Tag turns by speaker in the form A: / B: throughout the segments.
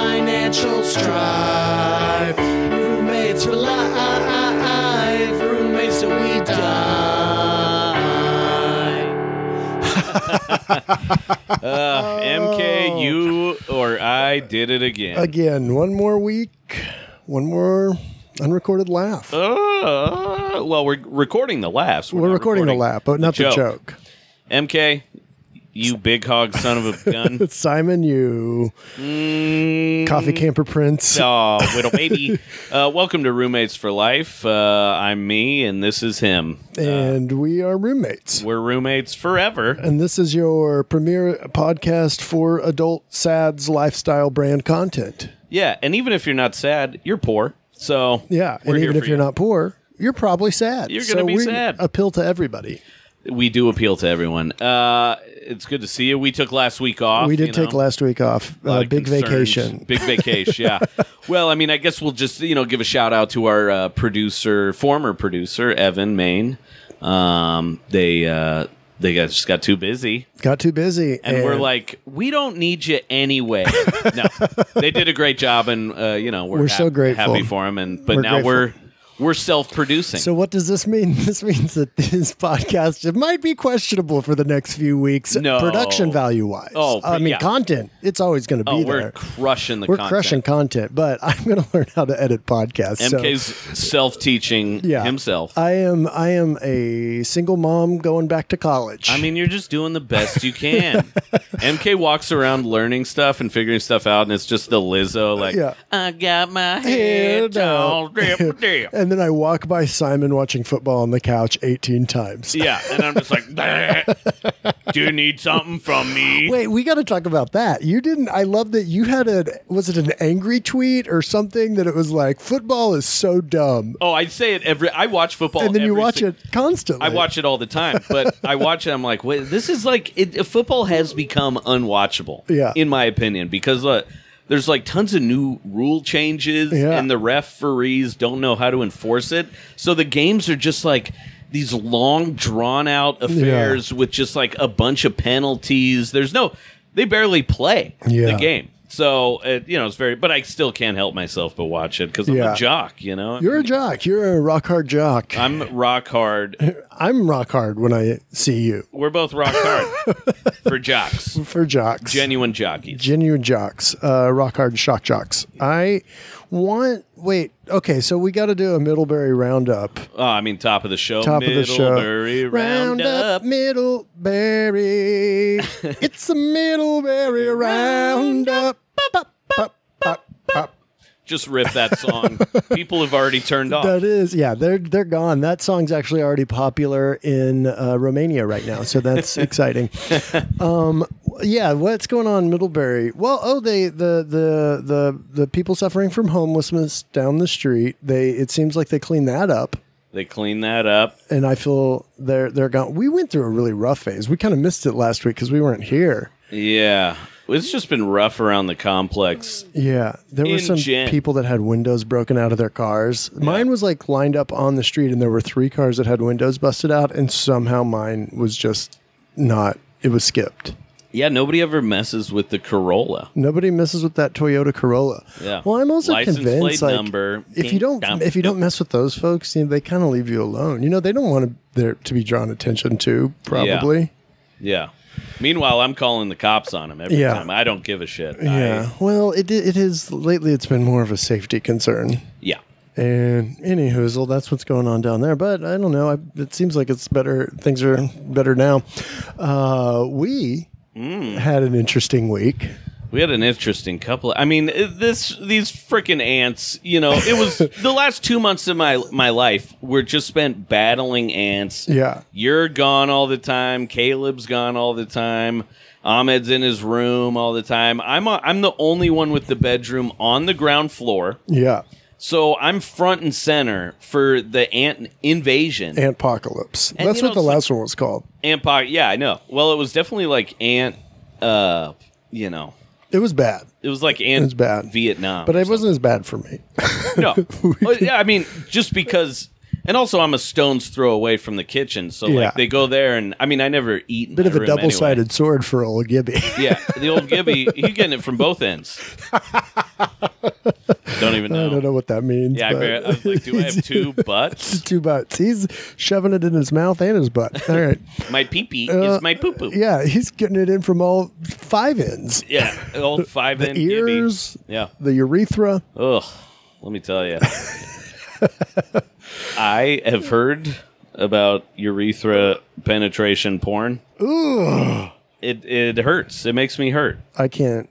A: financial strife. Roommates for life. Roommates till we die.
B: MK, you or I did it again.
C: Oh. Again, one more week, one more unrecorded laugh.
B: Uh, well, we're recording the laughs.
C: We're
B: not
C: recording, the laugh, but not the joke.
B: MK, you big hog son of a gun.
C: It's Simon, you
B: Mm,
C: coffee camper prince.
B: Oh, little baby. Uh, welcome to Roommates for Life. Uh, I'm me, and this is him. Uh,
C: And we are roommates.
B: We're roommates forever.
C: And this is your premier podcast for adult sads lifestyle brand content.
B: Yeah, and even if you're not sad, you're poor. So
C: Yeah.
B: we're
C: and
B: here
C: even if
B: for
C: you're
B: you.
C: not poor, you're probably sad.
B: You're
C: so
B: gonna be
C: we uh,
B: sad.
C: Appeal to everybody.
B: we do appeal to everyone. Uh, it's good to see you. We took last week off.
C: we
B: you
C: did
B: know.
C: take last week off. Uh,
B: lot of
C: big
B: concerns.
C: vacation.
B: Big vacation, yeah. well, I mean, I guess we'll just, you know, give a shout out to our uh, producer, former producer, Evan Main. Um, they, uh, they got, just got too busy.
C: Got too busy.
B: And, we're like, we don't need you anyway. no, they did a great job, and uh, you know, we're,
C: We're so grateful.
B: happy for them. And but
C: We're
B: now
C: grateful.
B: we're we're self producing.
C: So what does this mean? This means that this podcast it might be questionable for the next few weeks,
B: No.
C: production value wise.
B: Oh,
C: I mean
B: yeah.
C: content. It's always going to be
B: oh,
C: there.
B: we're crushing the
C: We're
B: content.
C: crushing content, but I'm going to learn how to edit podcasts. so-
B: MK's self teaching
C: yeah, Uh,
B: himself.
C: I am. I am a single mom going back to college.
B: I mean, you're just doing the best you can. MK walks around learning stuff and figuring stuff out, and it's just the Lizzo, like,
C: Yeah.
B: I got my
C: Hair
B: head all drip, drip.
C: and then I walk by Simon watching football on the couch 18 times.
B: Yeah, and I'm just like, "Bleh. do you need something from me?
C: Wait, we got to talk about that. You didn't. I love that you had a. Was it an angry tweet or something that it was like football is so dumb,
B: Oh, I say it every. I watch football,
C: and then you
B: Oh, every
C: watch
B: si-
C: it constantly.
B: I watch it all the time, but I watch it. I'm like, wait, this is like it, football has become unwatchable.
C: Yeah.
B: in my opinion, because uh, there's like tons of new rule changes,
C: Yeah.
B: and the referees don't know how to enforce it. So the games are just like these long, drawn out affairs with just like a bunch of penalties. There's no, they barely play
C: Yeah.
B: the game. So it, you know it's very, but I still can't help myself but watch it because I'm
C: Yeah.
B: a jock. You know,
C: You're a jock. You're a rock hard jock.
B: I'm rock hard
C: I'm rock hard when I see you
B: We're both rock hard for jocks,
C: for jocks.
B: genuine jockeys.
C: genuine jocks, uh, rock hard shock jocks. I want. Wait. Okay. So we got to do a Middlebury roundup.
B: Oh, I mean, top of the show,
C: Top of the show.
B: Middlebury roundup.
C: Middlebury. it's a Middlebury roundup. Pop, pop, pop, pop.
B: Just riff that song. People have already turned off.
C: That is, yeah, they're they're gone. That song's actually already popular in uh, Romania right now, so that's exciting. Um, yeah, what's going on in Middlebury? Well, oh, they the the the the people suffering from homelessness down the street. They it seems like they clean that up,
B: They clean that up.
C: and I feel they're they're gone. We went through a really rough phase. We kind of missed it last week because we weren't here.
B: Yeah, it's just been rough around the complex.
C: Yeah, there were
B: In
C: some
B: gen.
C: people that had windows broken out of their cars. Mine was like lined up on the street, and there were three cars that had windows busted out, and somehow mine was just not. It was skipped.
B: Yeah, nobody ever messes with the Corolla.
C: Nobody messes with that Toyota Corolla.
B: Yeah.
C: Well, I'm also
B: License
C: convinced,
B: plate
C: like,
B: number.
C: if you don't
B: Ding, dong,
C: if you don't mess with those folks, you know, they kind of leave you alone. You know, they don't want to there to be drawn attention to. Probably.
B: Yeah. Meanwhile, I'm calling the cops on him every
C: Yeah.
B: time. I don't give a shit. I-
C: Yeah. Well, it it is lately. It's been more of a safety concern.
B: yeah.
C: And any hoozle, that's what's going on down there. But I don't know. I, it seems like it's better. Things are better now. Uh, we
B: Mm.
C: had an interesting week.
B: We had an interesting couple. I mean, i- this these freaking ants. You know, it was the last two months of my my life were just spent battling ants.
C: Yeah.
B: You're gone all the time. Caleb's gone all the time. Ahmed's in his room all the time. I'm a, I'm the only one with the bedroom on the ground floor,
C: Yeah.
B: so I'm front and center for the ant invasion.
C: Antpocalypse.
B: And,
C: that's
B: you
C: what
B: know,
C: the last one was called.
B: Ant po- Yeah, I know. Well, it was definitely like ant. Uh, you know,
C: It was bad,
B: it was like ant.
C: was bad.
B: Vietnam,
C: but
B: or
C: it wasn't as bad for me.
B: No. Well, yeah, I mean, just because. And also, I'm a stone's throw away from the kitchen. So,
C: Yeah.
B: like, they go there, and I mean, I never eat. In
C: Bit
B: my
C: of a
B: room
C: double sided sword for old Gibby.
B: Anyway. Yeah. The old Gibby, you getting it from both ends. Don't even know.
C: I don't know what that means.
B: Yeah, I,
C: but-
B: bar- I was like, do I have two butts?
C: two butts. He's shoving it in his mouth and his butt. All right.
B: My pee pee
C: Uh,
B: is my poo poo.
C: Yeah, he's getting it in from all five ends.
B: Yeah, old five
C: The
B: in gibby.
C: ears.
B: Yeah.
C: The urethra.
B: Ugh. Let me tell you, I have heard about urethra penetration porn.
C: Ugh.
B: It it hurts. It makes me hurt.
C: I can't.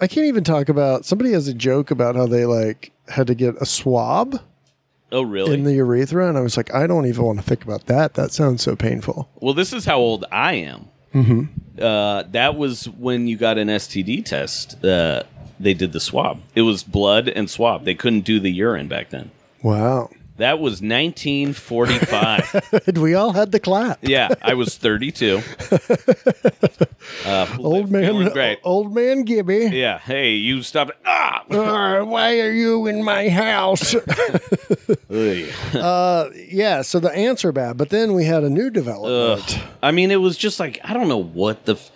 C: I can't even talk about. Somebody has a joke about how they like had to get a swab
B: Oh really?
C: in the urethra, and I was like, I don't even want to think about that. That sounds so painful.
B: well, this is how old I am. Mm-hmm. Uh, that was when you got an STD test. Uh, they did the swab. It was blood and swab. They couldn't do the urine back then.
C: Wow.
B: That was 1945.
C: we all had the clap.
B: Yeah, I was 32. Uh,
C: Old man,
B: feeling Great.
C: old man Gibby.
B: Yeah. Hey, you stop. Ah.
C: "Arr, why are you in my house?
B: Oy.
C: yeah, so the answer bad, but then we had a new development.
B: I mean, it was just like I don't know what the. F-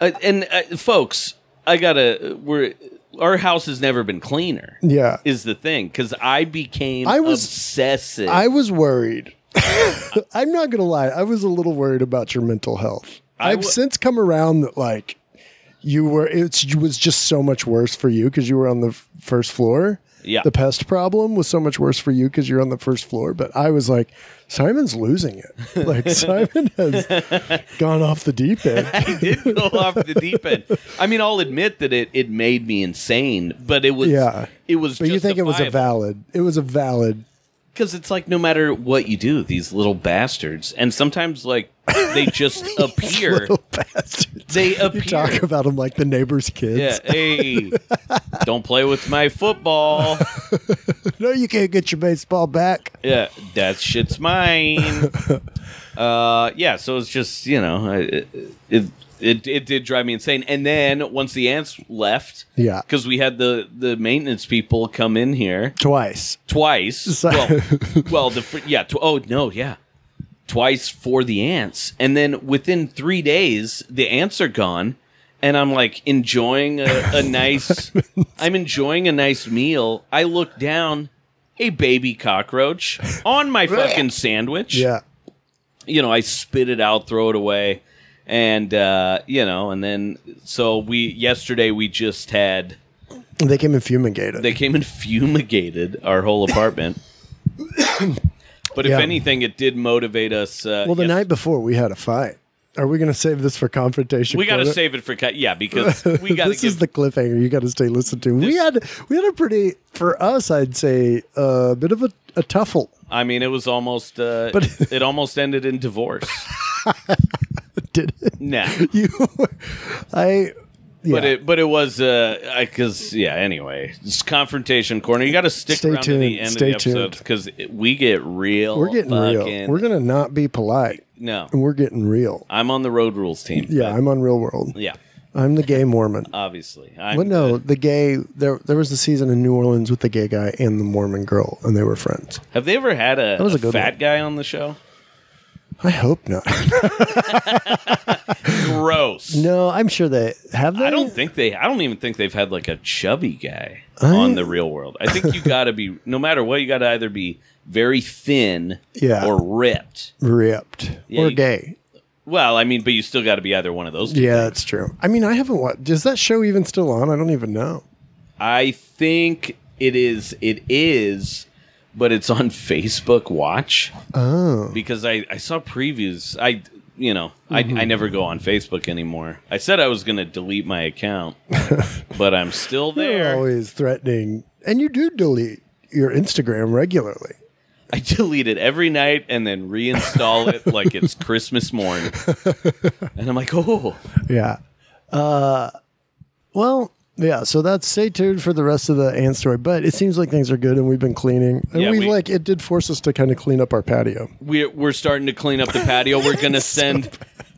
B: uh, and uh, folks, I gotta. We're our house has never been cleaner.
C: Yeah.
B: Is the thing because I became
C: I was-
B: obsessive.
C: I was worried. I'm not going to lie. I was a little worried about your mental health. i
B: I
C: I've
B: wa-
C: since come around that, like, you were, it's, it was just so much worse for you because you were on the f- first floor.
B: Yeah.
C: The pest problem was so much worse for you because you're on the first floor. But I was like, Simon's losing it. Like, Simon has gone off the deep end.
B: did go off the deep end. I mean, I'll admit that it, it made me insane, but it was
C: Yeah.
B: it was.
C: But you think it was a
B: justifiable.
C: valid, it was a valid
B: Because it's like no matter what you do, these little bastards, and sometimes like they just appear.
C: little bastards.
B: They appear.
C: You talk about them like the neighbor's kids.
B: yeah, hey, don't play with my football.
C: No, you can't get your baseball back.
B: Yeah, that shit's mine. Uh, yeah, so it's just you know, I- it it, it it did drive me insane. And then once the ants left,
C: Yeah.
B: because we had the the maintenance people come in here.
C: Twice.
B: twice.
C: So-
B: well, well, the fr- yeah. Tw- oh no, yeah, twice for the ants, and then within three days the ants are gone, and I'm like enjoying a, a nice. I'm enjoying a nice meal. I look down, a baby cockroach on my fucking sandwich.
C: Yeah.
B: you know, I spit it out, throw it away. And uh, you know, and then so we yesterday we just had
C: They came and fumigated.
B: they came and fumigated our whole apartment. but if
C: Yeah.
B: anything, it did motivate us. Uh,
C: well, the
B: yes-
C: night before we had a fight. Are we going to save this for confrontation?
B: we got to
C: corner?
B: save it for cut. Yeah, because we got to
C: this
B: give.
C: is the cliffhanger you got to stay listened to. we had we had a pretty for us, I'd say, a bit of a, a tuffle.
B: I mean, it was almost. Uh,
C: But-
B: it almost ended in divorce.
C: Did it?
B: nah.
C: you? I. Yeah.
B: But it, but it was, because yeah. Anyway, it's confrontation corner. You got to stick
C: Stay
B: around to
C: tuned,
B: the end
C: stay
B: of the episode
C: tuned.
B: because we get real.
C: we're getting real.
B: fucking-
C: We're gonna not be polite,
B: no.
C: and we're getting real.
B: I'm on the road rules team.
C: Yeah,
B: but-
C: I'm on Real World.
B: yeah.
C: I'm the gay Mormon.
B: Obviously, I'm
C: Well, no, the gay there. There was a season in New Orleans with the gay guy and the Mormon girl, and they were friends.
B: Have they ever had a,
C: was
B: a
C: a good
B: fat
C: one.
B: guy on the show?
C: I hope not.
B: Gross.
C: no, I'm sure they have. They?
B: I don't think they. I don't even think they've had like a chubby guy
C: I-
B: on the real world. I think you got to be, no matter what, you got to either be very thin,
C: Yeah.
B: or ripped.
C: ripped
B: Yeah,
C: or
B: you-
C: gay.
B: Well, I mean, but you still got to be either one of those. two.
C: Yeah, that's true. I mean, I haven't watched. Is that show even still on? I don't even know.
B: I think it is. It is, but it's on Facebook Watch
C: Oh,
B: because I I saw previews. I you know
C: Mm-hmm.
B: I I never go on Facebook anymore. I said I was going to delete my account, but I'm still
C: you're
B: there.
C: always threatening, and you do delete your Instagram regularly.
B: I delete it every night and then reinstall it like it's Christmas morning. And I'm like, oh,
C: Yeah. Uh, well, yeah. So that's stay tuned for the rest of the ant story. But it seems like things are good, and we've been cleaning, and
B: Yeah,
C: we,
B: we-
C: like it did force us to kind of clean up our patio.
B: we're we're starting to clean up the patio. We're gonna send,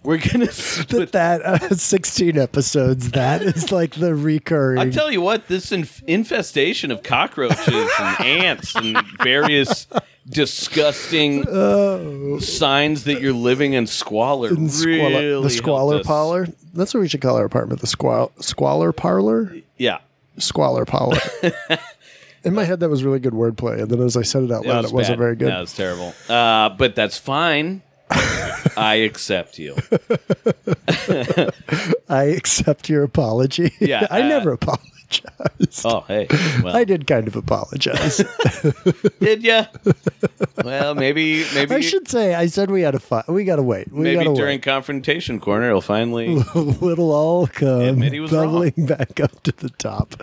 B: we're gonna. Split.
C: That that uh, sixteen episodes. That is like the recurring.
B: I tell you what, this inf- infestation of cockroaches and ants and various disgusting
C: Oh.
B: signs that you're living in squalor
C: And squalor-
B: really
C: the squalor
B: helped us.
C: parlor. That's what we should call our apartment. The squal- squalor parlor.
B: Yeah.
C: squalor power. In my head, that was really good wordplay, and then as I said it out
B: That
C: loud, it wasn't
B: bad.
C: very good.
B: That was terrible. Uh, but that's fine. I accept you.
C: I accept your apology.
B: Yeah,
C: I
B: uh,
C: never apologized.
B: Oh, hey. Well,
C: I did kind of apologize.
B: did ya? Well, maybe maybe
C: I
B: you-
C: should say I said we had a fight. We gotta wait. We
B: maybe
C: gotta
B: during confrontation corner, it'll finally.
C: wait. Little all come
B: Admit he was wrong.
C: bubbling back up to the top.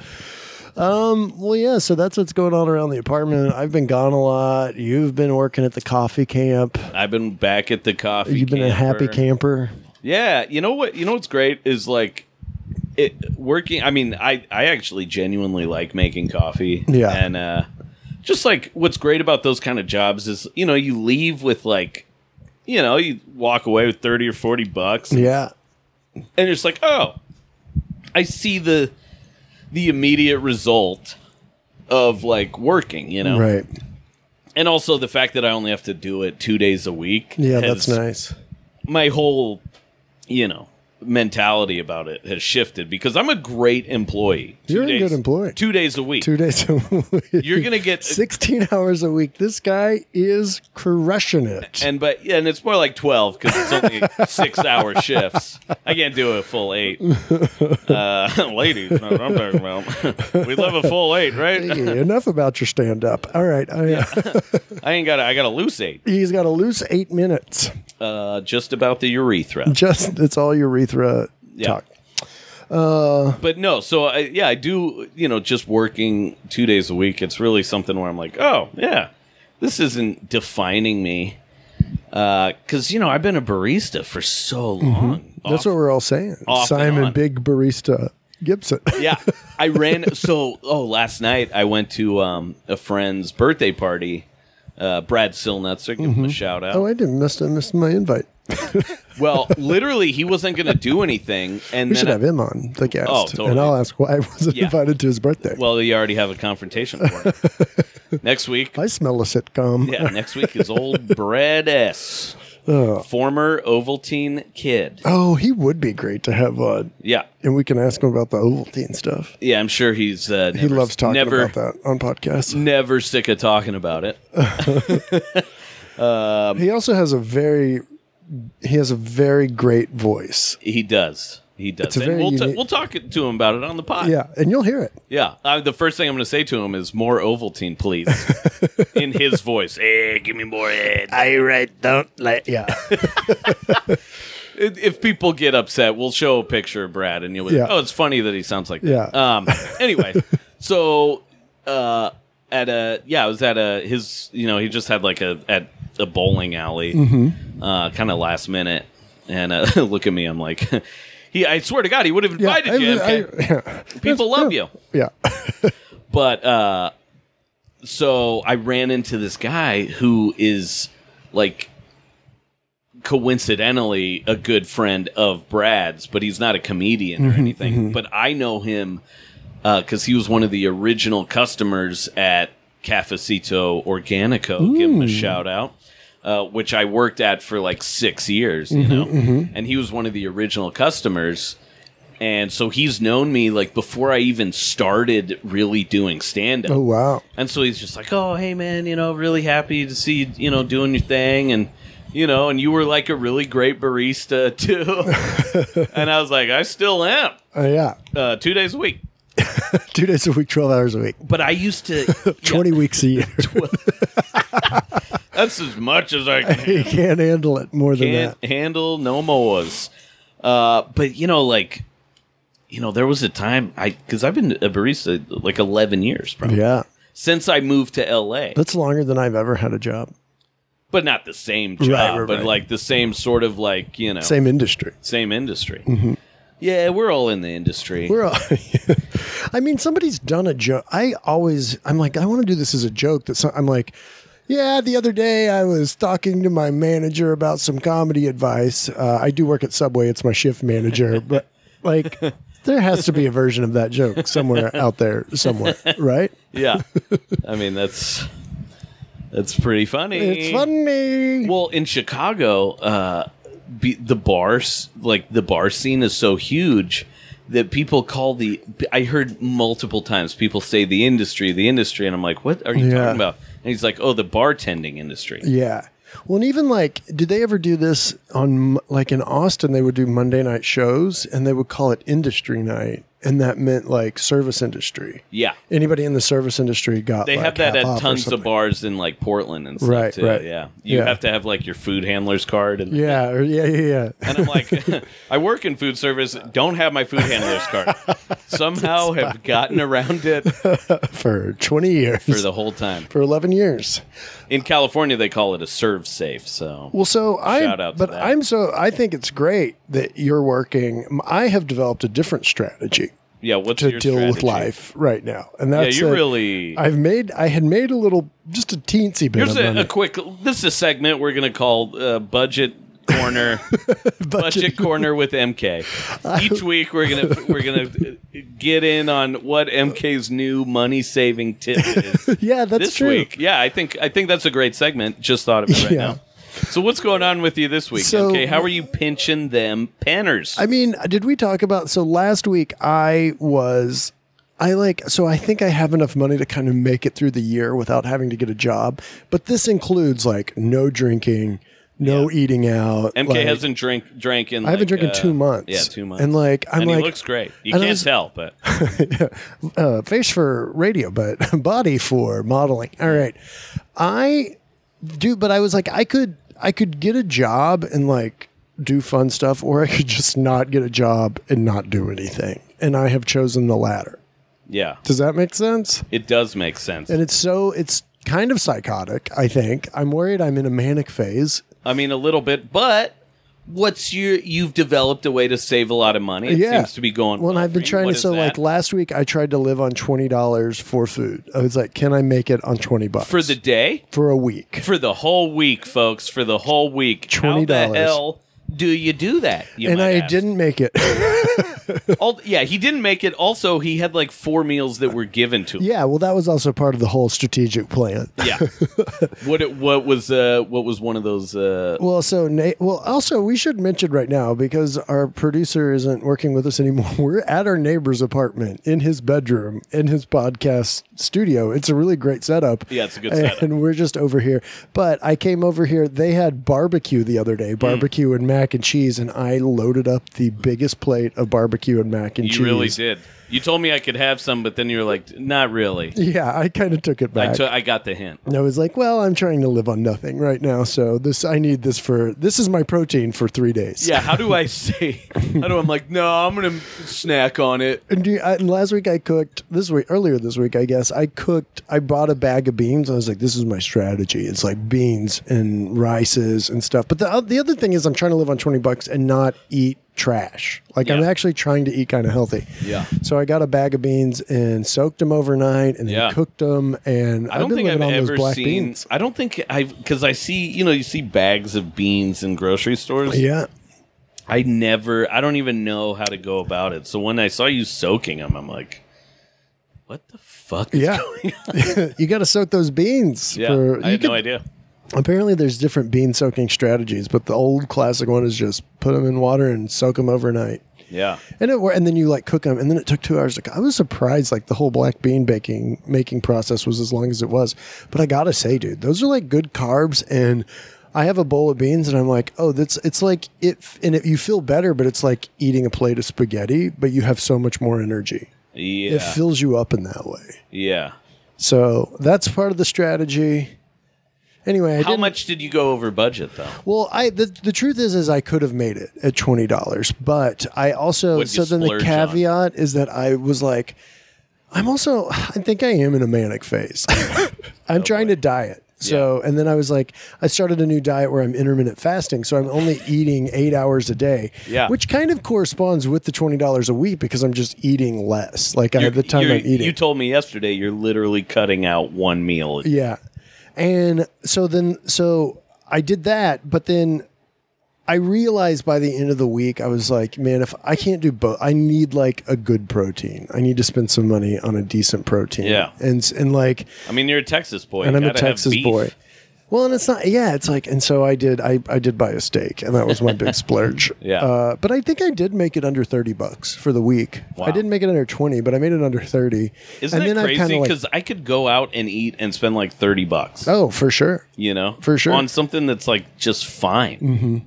C: Um, well, yeah. So that's what's going on around the apartment. I've been gone a lot. You've been working at the coffee camp.
B: I've been back at the coffee.
C: You've been a happy
B: camper.
C: camper.
B: Yeah, you know what? You know what's great is like it working. I mean, I I actually genuinely like making coffee.
C: Yeah.
B: and uh, just like what's great about those kind of jobs is you know you leave with like you know you walk away with thirty or forty bucks,
C: Yeah.
B: and it's like oh, I see the the immediate result of like working. You know,
C: Right.
B: and also the fact that I only have to do it two days a week.
C: Yeah.
B: has-
C: That's nice.
B: my whole you know mentality about it has shifted because I'm a great employee. Two
C: You're a good employee.
B: Two days a week.
C: Two days a week.
B: You're gonna get
C: sixteen hours a week. This guy is crushing it.
B: and but yeah, and it's more like twelve because it's only six hour shifts. I can't do a full eight. Uh, ladies, know what I'm talking about. we love a full eight, right?
C: Hey, enough about your stand up. All right. I,
B: I ain't got. I got a loose eight.
C: he's got a loose eight minutes.
B: Uh, just about the urethra.
C: Just it's all urethra talk.
B: but no so I, yeah i do you know just working two days a week it's really something where i'm like oh yeah this isn't defining me because you know i've been a barista for so long
C: Mm-hmm. That's what we're all saying.
B: off and
C: Simon
B: on.
C: Big Barista Gibson.
B: yeah i ran so oh last night i went to um, a friend's birthday party uh, brad silnutzer give him a shout out
C: oh, I didn't miss I missed my invite.
B: well literally he wasn't going to do anything and then
C: We should
B: I-
C: have him on the guest,
B: Oh, totally.
C: and I'll ask why I wasn't
B: Yeah.
C: invited to his birthday.
B: well you already have a confrontation for him next week
C: I smell a sitcom.
B: Yeah, next week is old Brad S. Former Ovaltine kid.
C: Oh, he would be great to have on,
B: Yeah.
C: and we can ask him about the Ovaltine stuff.
B: Yeah, I'm sure he's uh, never,
C: He loves talking
B: never,
C: about that on podcasts.
B: Never sick of talking about it. Um,
C: He also has a very he has a very great voice.
B: He does. He does.
C: a
B: And
C: very
B: we'll, ta-
C: unique-
B: we'll talk to him about it on the pod.
C: Yeah, and you'll hear it.
B: Yeah. Uh, the first thing I'm going to say to him is more Ovaltine, please. In his voice. Hey, give me more. eh.
C: I right don't let yeah.
B: If if people get upset, we'll show a picture of Brad, and you'll be like,
C: Yeah.
B: "Oh, it's funny that he sounds like that."
C: Yeah.
B: Um. Anyway, so uh, at a yeah, I was at a his. You know, he just had like a at a bowling alley,
C: Mm-hmm.
B: uh, kind of last minute, and uh, look at me. I'm like, he. I swear to God, he would have
C: yeah,
B: invited
C: I-
B: you. MK.
C: I- yeah.
B: People love you.
C: Yeah.
B: But uh so I ran into this guy who is like coincidentally a good friend of Brad's, but he's not a comedian or anything. But I know him because he was one of the original customers at Cafecito Organico. Give him a shout out. Uh, which I worked at for like six years, you know, and he was one of the original customers, and so he's known me like before I even started really doing stand up.
C: Oh wow.
B: And so he's just like, "Oh, hey man, you know, really happy to see you, you know, doing your thing and you know, and you were like a really great barista too." and I was like, "I still am.
C: Uh, yeah.
B: Uh, 2 days a week."
C: Two days a week, twelve hours a week,
B: But I used to yeah,
C: twenty weeks a year.
B: That's as much as I can
C: you can't handle it more than
B: can't handle no moas. Uh, but you know, like, you know, there was a time I because I've been a barista like eleven years,
C: that.
B: probably
C: Yeah.
B: since I moved to L.A.
C: That's longer than I've ever had a job.
B: but not the same job,
C: Right, right,
B: but
C: right.
B: like the same sort of like you know
C: Same industry.
B: same industry. Yeah, we're all in the industry.
C: We're all, I mean, somebody's done a joke. I always, I'm like, I want to do this as a joke. That some, I'm like, yeah. The other day, I was talking to my manager about some comedy advice. Uh, I do work at Subway; it's my shift manager. But like, there has to be a version of that joke somewhere out there, somewhere, right?
B: yeah, I mean that's that's pretty funny.
C: It's funny.
B: Well, in Chicago, uh, be, the bars like the bar scene is so huge that people call the I heard multiple times people say the industry, the industry, and I'm like, what are you
C: Yeah.
B: talking about? And he's like, oh, the bartending industry.
C: Yeah. Well, and even like, did they ever do this on like in Austin? They would do Monday night shows, and they would call it industry night, and that meant like service industry.
B: Yeah.
C: Anybody in the service industry got.
B: They
C: like,
B: have that
C: half off
B: at
C: or
B: tons of
C: something.
B: bars in like Portland and stuff
C: Right,
B: too.
C: right.
B: Yeah. You
C: Yeah.
B: have to have like your food handler's card and
C: Yeah, or, yeah, yeah, yeah.
B: And I'm like, I work in food service, don't have my food handler's card. Somehow have gotten around it for
C: for twenty years, for,
B: the whole time.
C: eleven years.
B: In California, they call it a serve safe. So
C: Well, so I,
B: Shout out to
C: but
B: that.
C: I'm so I think it's great that you're working. I have developed a different strategy
B: yeah, what's
C: to
B: your
C: deal with
B: strategy?
C: life right now, and that's
B: yeah, you're
C: that
B: really.
C: I've made. I had made a little, just a teensy bit.
B: here's
C: of
B: a,
C: money.
B: a quick. This is a segment we're gonna call uh, budget corner. budget corner with MK. Each week we're gonna we're gonna get in on what MK's new money saving tip is.
C: Yeah, that's
B: this
C: true.
B: week. Yeah, I think I think that's a great segment. Just thought of it right
C: Yeah.
B: now. So what's going on with you this week?
C: So-
B: okay, how are you pinching them panners?
C: I mean, did we talk about so last week I was I like so I think I have enough money to kind of make it through the year without having to get a job, but this includes like no drinking, no eating out.
B: MK
C: like-
B: hasn't drink drank in.
C: I haven't
B: like,
C: drank in
B: uh,
C: two months.
B: Yeah, two months.
C: And like I'm
B: And
C: like
B: he looks great. You
C: and I
B: can't
C: was-
B: tell, but
C: uh, face for radio, but body for modeling. All right, I do, but I was like, I could, I could get a job and like do fun stuff, or I could just not get a job and not do anything. And I have chosen the latter.
B: yeah,
C: Does that make sense?
B: it does make sense.
C: And it's so it's kind of psychotic. I think I'm worried I'm in a manic phase.
B: I mean, a little bit, but what's your? You've developed a way to save a lot of money. It
C: yeah,
B: seems to be going.
C: Well, and I've
B: for
C: been
B: you.
C: trying
B: What
C: to.
B: is
C: So, like
B: that?
C: last week, I tried to live on twenty dollars for food. I was like, can I make it on twenty bucks
B: for the day,
C: for a week?
B: for the whole week, folks, for the whole week. How
C: $20.
B: the hell do you do that? You
C: and
B: might
C: I
B: ask.
C: didn't make it.
B: Al- yeah, he didn't make it. Also, he had like four meals that were given to him.
C: Yeah, well, that was also part of the whole strategic plan.
B: Yeah. what it, what was uh what was one of those uh
C: Well, so Nate. Well, also we should mention right now because our producer isn't working with us anymore. We're at our neighbor's apartment in his bedroom in his podcast studio. It's a really great setup.
B: Yeah, it's a good
C: and
B: setup.
C: we're just over here. But I came over here. They had barbecue the other
B: Mm.
C: day, barbecue and mac and cheese, and I loaded up the biggest plate of barbecue and mac and
B: you
C: cheese.
B: really did. You told me I could have some, but then you were like, not really.
C: Yeah, I kind of took it
B: I
C: back.
B: took I got the hint.
C: And I was like, well, I'm trying to live on nothing right now, so this I need this for this is my protein for three days.
B: Yeah, how do I say? How do I'm like, no, I'm gonna snack on it.
C: And, do you, I, and last week I cooked this week earlier this week I guess I cooked I bought a bag of beans. I was like, this is my strategy. It's like beans and rices and stuff. But the o- the other thing is I'm trying to live on twenty bucks and not eat trash. Like I'm
B: Yeah.
C: actually trying to eat kind of healthy.
B: Yeah.
C: So I got a bag of beans and soaked them overnight and then
B: Yeah.
C: cooked them and
B: I don't
C: have been
B: think I've
C: living on
B: ever
C: those black
B: seen.
C: beans.
B: I don't think I've because I see you know you see bags of beans in grocery stores.
C: Yeah.
B: I never. I don't even know how to go about it. So when I saw you soaking them, I'm like, what the fuck? Is
C: Yeah.
B: going on?
C: you got to soak those beans.
B: yeah.
C: for-
B: I
C: you
B: had
C: could-
B: no idea.
C: Apparently, there's different bean soaking strategies, but the old classic one is just put them in water and soak them overnight.
B: Yeah.
C: And it wor- and then you like cook them, and then it took two hours to. Cook. I was surprised, like the whole black bean baking making process was as long as it was. But I gotta say, dude, those are like good carbs, and I have a bowl of beans, and I'm like, oh, that's it's like it, and it, you feel better, but it's like eating a plate of spaghetti, but you have so much more energy.
B: Yeah.
C: It fills you up in that way.
B: yeah.
C: So that's part of the strategy. Anyway, I
B: How
C: didn't-
B: much did you go over budget though?
C: Well, I the, the truth is is I could have made it at twenty dollars, but I also
B: What'd you
C: so then the
B: splurge on?
C: caveat is that I was like, I'm also I think I am in a manic phase.
B: Oh,
C: I'm trying to diet. So and then I was like, I started a new diet where I'm intermittent fasting, so I'm only eating eight hours a day.
B: Yeah.
C: which kind of corresponds with the twenty dollars a week because I'm just eating less. Like I have the time
B: You're-
C: I'm eating.
B: You told me yesterday you're literally cutting out one meal.
C: Yeah. And so then, so I did that, but then I realized by the end of the week, I was like, man, if I can't do both, I need like a good protein. I need to spend some money on a decent protein.
B: Yeah.
C: And, s- and like,
B: I mean, you're a Texas boy.
C: and
B: You
C: I'm a
B: gotta have
C: Texas
B: beef.
C: boy. Well, and it's not. Yeah, it's like, and so I did. I, I did buy a steak, and that was my big splurge.
B: Yeah.
C: Uh, but I think I did make it under thirty bucks for the week.
B: Wow.
C: I didn't make it under twenty, but I made it under thirty.
B: Isn't
C: and
B: it
C: then I
B: crazy?
C: kinda like-
B: Because I could go out and eat and spend like thirty bucks.
C: oh, for sure,
B: you know,
C: for sure. Mm-hmm.
B: on something that's like just fine.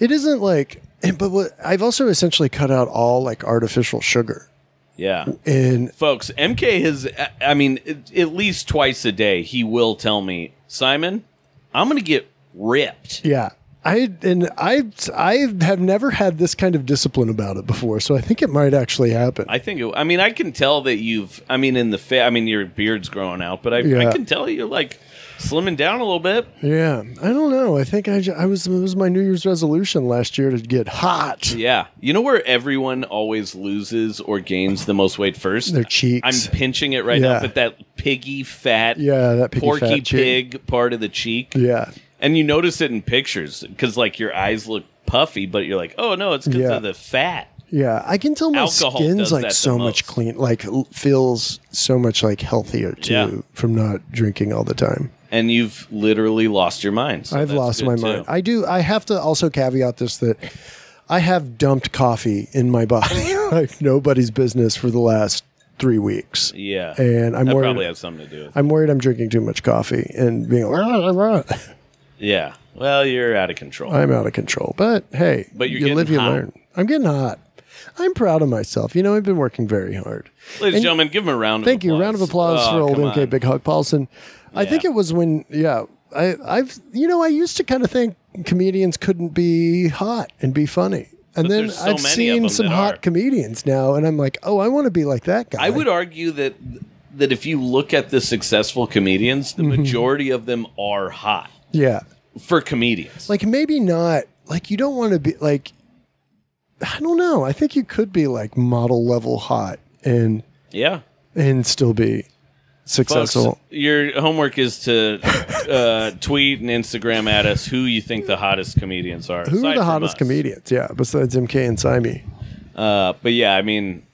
C: it isn't like. and- But what I've also essentially cut out all like artificial sugar,
B: Yeah,
C: and
B: folks, MK has. I- I mean, at- at least twice a day, he will tell me, Simon, I'm gonna get ripped.
C: yeah. I and I I have never had this kind of discipline about it before, so I think it might actually happen.
B: I think. It, I mean, I can tell that you've. I mean, in the. Fa- I mean, your beard's growing out, but I, I
C: Yeah.
B: can tell you're like slimming down a little bit.
C: yeah, I don't know. I think I, ju- I was it was my New Year's resolution last year to get hot.
B: Yeah, you know where everyone always loses or gains the most weight first.
C: Their cheeks.
B: I'm pinching it right
C: Yeah.
B: now, but that piggy fat,
C: Yeah, that piggy
B: porky
C: fat cheek.
B: pig part of the cheek,
C: Yeah.
B: and you notice it in pictures because like your eyes look puffy, but you're like, oh no, it's because
C: Yeah.
B: of the fat.
C: Yeah, I can tell my
B: Alcohol does
C: skin's
B: that
C: like
B: the
C: so much
B: most.
C: clean, like l- feels so much like healthier too
B: Yeah.
C: from not drinking all the time.
B: And you've literally lost your mind. so
C: I've
B: that's
C: lost
B: good,
C: my
B: too.
C: mind. I do. I have to also caveat this that I have dumped coffee in my body like nobody's business for the last three weeks.
B: yeah,
C: and I'm
B: that
C: worried.
B: probably has something to do with. it.
C: I'm worried I'm drinking too much coffee and being like, "Ah, "Rah, rah, rah."
B: Yeah, well, you're out of control.
C: I'm out of control. But hey,
B: But you're
C: you
B: getting
C: live, you
B: hot.
C: learn. I'm getting hot. I'm proud of myself. You know, I've been working very hard.
B: Ladies and gentlemen, give him a round.
C: Thank
B: of
C: you.
B: applause.
C: Round of applause
B: Oh,
C: for old
B: come
C: MK
B: on.
C: Big Hog Paulson. I think
B: Yeah.
C: it was when, yeah, I, I've, you know, I used to kind of think comedians couldn't be hot and be funny. And then
B: there's so many
C: I've
B: of
C: seen
B: them
C: some
B: that
C: hot
B: are.
C: comedians now, and I'm like, oh, I want to be like that guy.
B: I would argue that that if you look at the successful comedians,
C: Mm-hmm.
B: the majority of them are hot
C: Yeah.
B: for comedians.
C: Like, maybe not, like, you don't want to be, like, I don't know. I think you could be, like, model level hot and,
B: yeah.
C: and still be
B: Folks,
C: successful.
B: your homework is to uh, tweet and Instagram at us who you think the hottest comedians are.
C: Who
B: aside
C: are the
B: from
C: hottest
B: us.
C: comedians? Yeah, besides MK and Simi.
B: Uh, but yeah, I mean,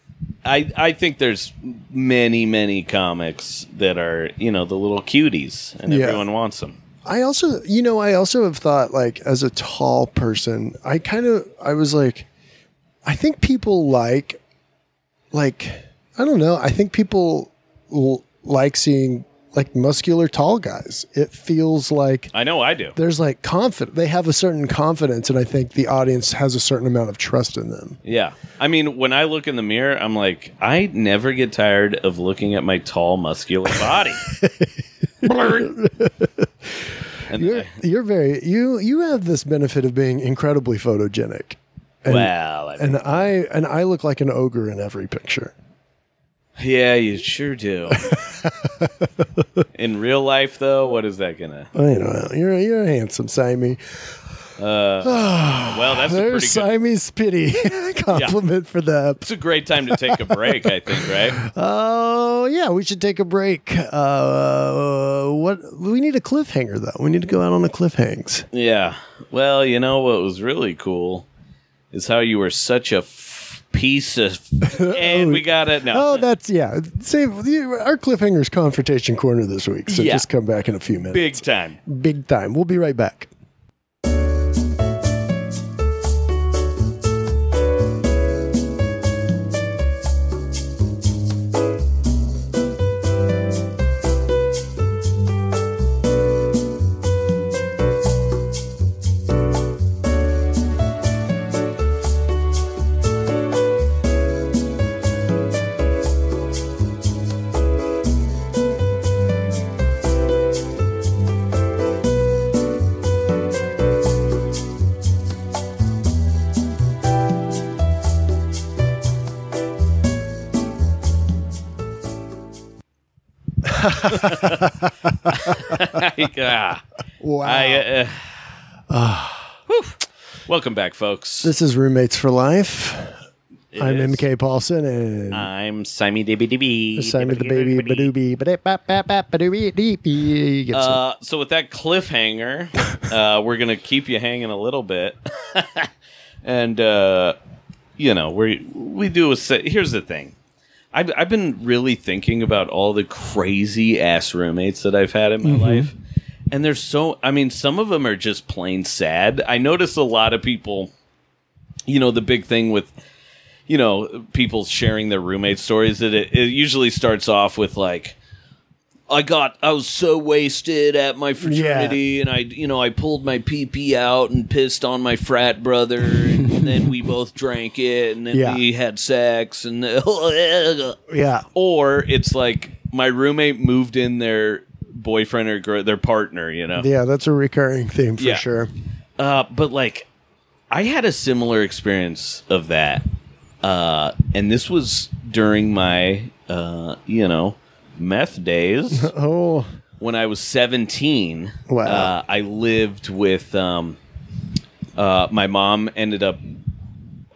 B: I I think there's many many comics that are you know the little cuties and
C: Yeah.
B: everyone wants them.
C: I also, you know, I also have thought like as a tall person, I kind of, I was like, I think people like, like, I don't know. I think people l- like seeing like muscular tall guys. It feels like
B: I know I do.
C: there's like confident. They have a certain confidence, and I think the audience has a certain amount of trust in them.
B: Yeah. I mean, when I look in the mirror, I'm like, I never get tired of looking at my tall, muscular body. Blurred. And
C: You're,
B: I-
C: you're very you you have this benefit of being incredibly photogenic, and,
B: well, I-
C: and I and I look like an ogre in every picture.
B: yeah, you sure do. in real life, though, what is that gonna?
C: I don't know. You're you're handsome, Simi.
B: Well, that's a pretty good.
C: There's Simi's pity compliment for that.
B: it's a great time to take a break, I think, right?
C: Oh yeah, we should take a break. Uh, what we need a cliffhanger though. We need to go out on a cliffhangs.
B: Yeah. Well, you know what was really cool is how you were such a f- piece of, and we got it. No,
C: Oh, that's yeah. Save our cliffhangers confrontation corner this week. So
B: Yeah.
C: just come back in a few minutes.
B: big time.
C: Big time. We'll be right back.
B: Ah.
C: Wow.
B: I, uh, Whew. Welcome back, folks.
C: this is Roommates for Life. I'm
B: is. Uh,
C: MK Paulson and
B: I'm Simon DBDB.
C: Simon the baby badooby badip, bap, bap, bap, badooby deepy. Gibson.
B: Uh, so with that cliffhanger, uh, we're gonna keep you hanging a little bit, and uh, you know we we do a set. Here's the thing. I've, I've been really thinking about all the crazy ass roommates that I've had in my life, And there's so, I mean, some of them are just plain sad. I notice a lot of people, you know, the big thing with, you know, people sharing their roommate stories that it, it usually starts off with like, I got, I was so wasted at my fraternity and I, you know, I pulled my pee pee out and pissed on my frat brother and then we both drank it and then
C: Yeah.
B: we had sex and,
C: Yeah.
B: or it's like my roommate moved in their boyfriend or gr- their partner, you know.
C: Yeah, that's a recurring theme for
B: Yeah.
C: sure.
B: Uh, but like, I had a similar experience of that, uh, and this was during my, uh, you know, meth days
C: Oh,
B: when I was seventeen.
C: Wow.
B: Uh, I lived with um, uh, my mom. Ended up.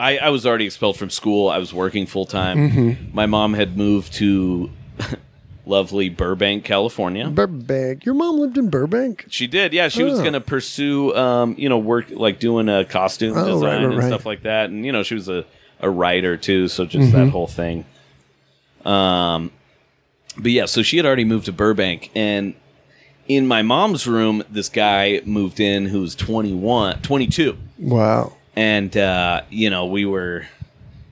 B: I, I was already expelled from school. I was working full time. My mom had moved to lovely Burbank, California.
C: Burbank. Your mom lived in Burbank?
B: She did, yeah. She was
C: Oh.
B: going to pursue, um, you know, work like doing a costume
C: Oh, right,
B: design
C: right,
B: and
C: right.
B: stuff like that, and you know, she was a, a writer too, so just
C: Mm-hmm.
B: that whole thing. Um, but yeah, so she had already moved to Burbank, and in my mom's room, this guy moved in who was 21, 22.
C: Wow.
B: and uh, you know, we were,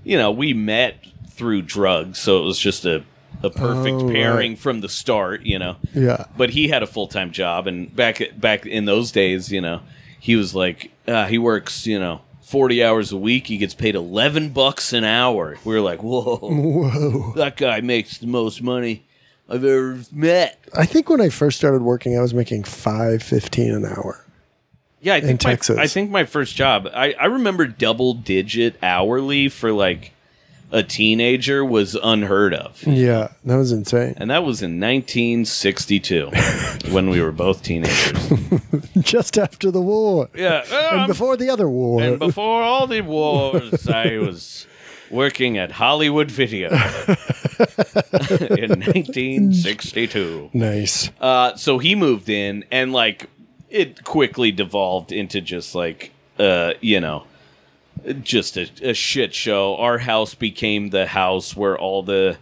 B: you know, we met through drugs, so it was just a a perfect
C: Oh, right.
B: pairing from the start, you know
C: Yeah.
B: but he had a full time job, and back back in those days, you know, he was like uh, he works, you know, forty hours a week. He gets paid eleven bucks an hour. We were like, whoa,
C: Whoa.
B: that guy makes the most money I've ever met.
C: I think when I first started working, I was making five fifteen an hour.
B: Yeah, I think my,
C: Texas.
B: I think my first job. I I remember double digit hourly for like a teenager was unheard of.
C: Yeah, that was insane.
B: And that was in 1962 when we were both teenagers.
C: Just after the war.
B: Yeah. Um,
C: And before the other war.
B: And before all the wars, I was working at Hollywood Video in 1962.
C: nice.
B: Uh, so he moved in, and like it quickly devolved into just like uh, you know, just a, a shit show. Our house became the house where all the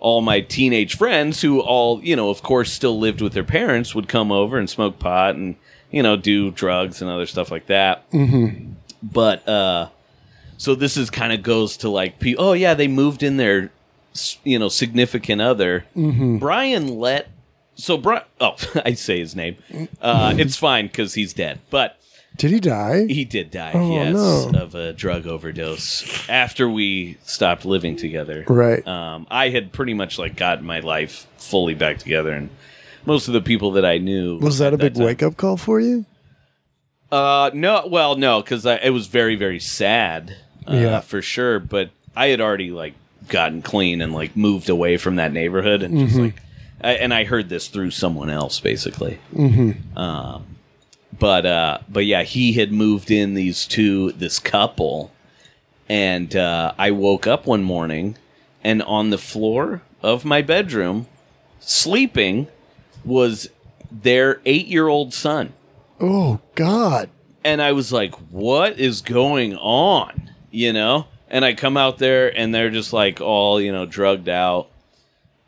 B: all my teenage friends, who all you know, of course, still lived with their parents, would come over and smoke pot and you know do drugs and other stuff like that. Mm-hmm. But uh, so this is kind of goes to like, pe- oh yeah, they moved in their s- you know significant other. Brian let so Brian. Oh, I say his name. Uh, it's fine because he's dead, but
C: Did he die?
B: he did die.
C: Oh,
B: yes,
C: no.
B: of a drug overdose after we stopped living together.
C: Right.
B: Um, I had pretty much like gotten my life fully back together, and most of the people that I knew
C: Was that a big
B: wake?
C: wake up call for you?
B: Uh, no, well, no, because it was very, very sad. Uh,
C: Yeah.
B: for sure. But I had already like gotten clean and like moved away from that neighborhood and just like, I, and I heard this through someone else basically. Mm-hmm. Um, but uh, but yeah, he had moved in these two, this couple, and uh, I woke up one morning and on the floor of my bedroom, sleeping, was their eight-year-old son
C: Oh, God.
B: and I was like, "What is going on?" You know. And I come out there, and they're just like all you know, drugged out.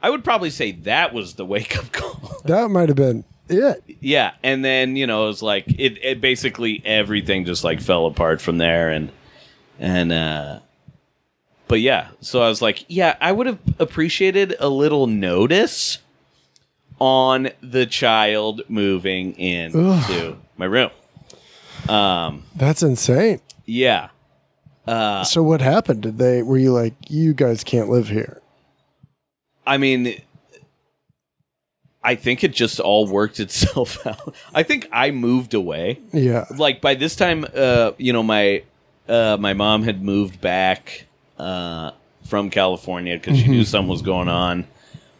B: I would probably say that was the wake up call.
C: That might have been it.
B: yeah, and then you know, it was like it, it basically everything just like fell apart from there, and and uh, but yeah, so I was like, yeah, I would have appreciated a little notice on the child moving in
C: Ugh.
B: to my room.
C: That's insane.
B: Yeah. Uh,
C: so what happened? Did they were you like, you guys can't live here?
B: I mean, I think it just all worked itself out. I think I moved away.
C: Yeah.
B: Like by this time, uh, you know, my uh, my mom had moved back uh, from California because she knew something was going on.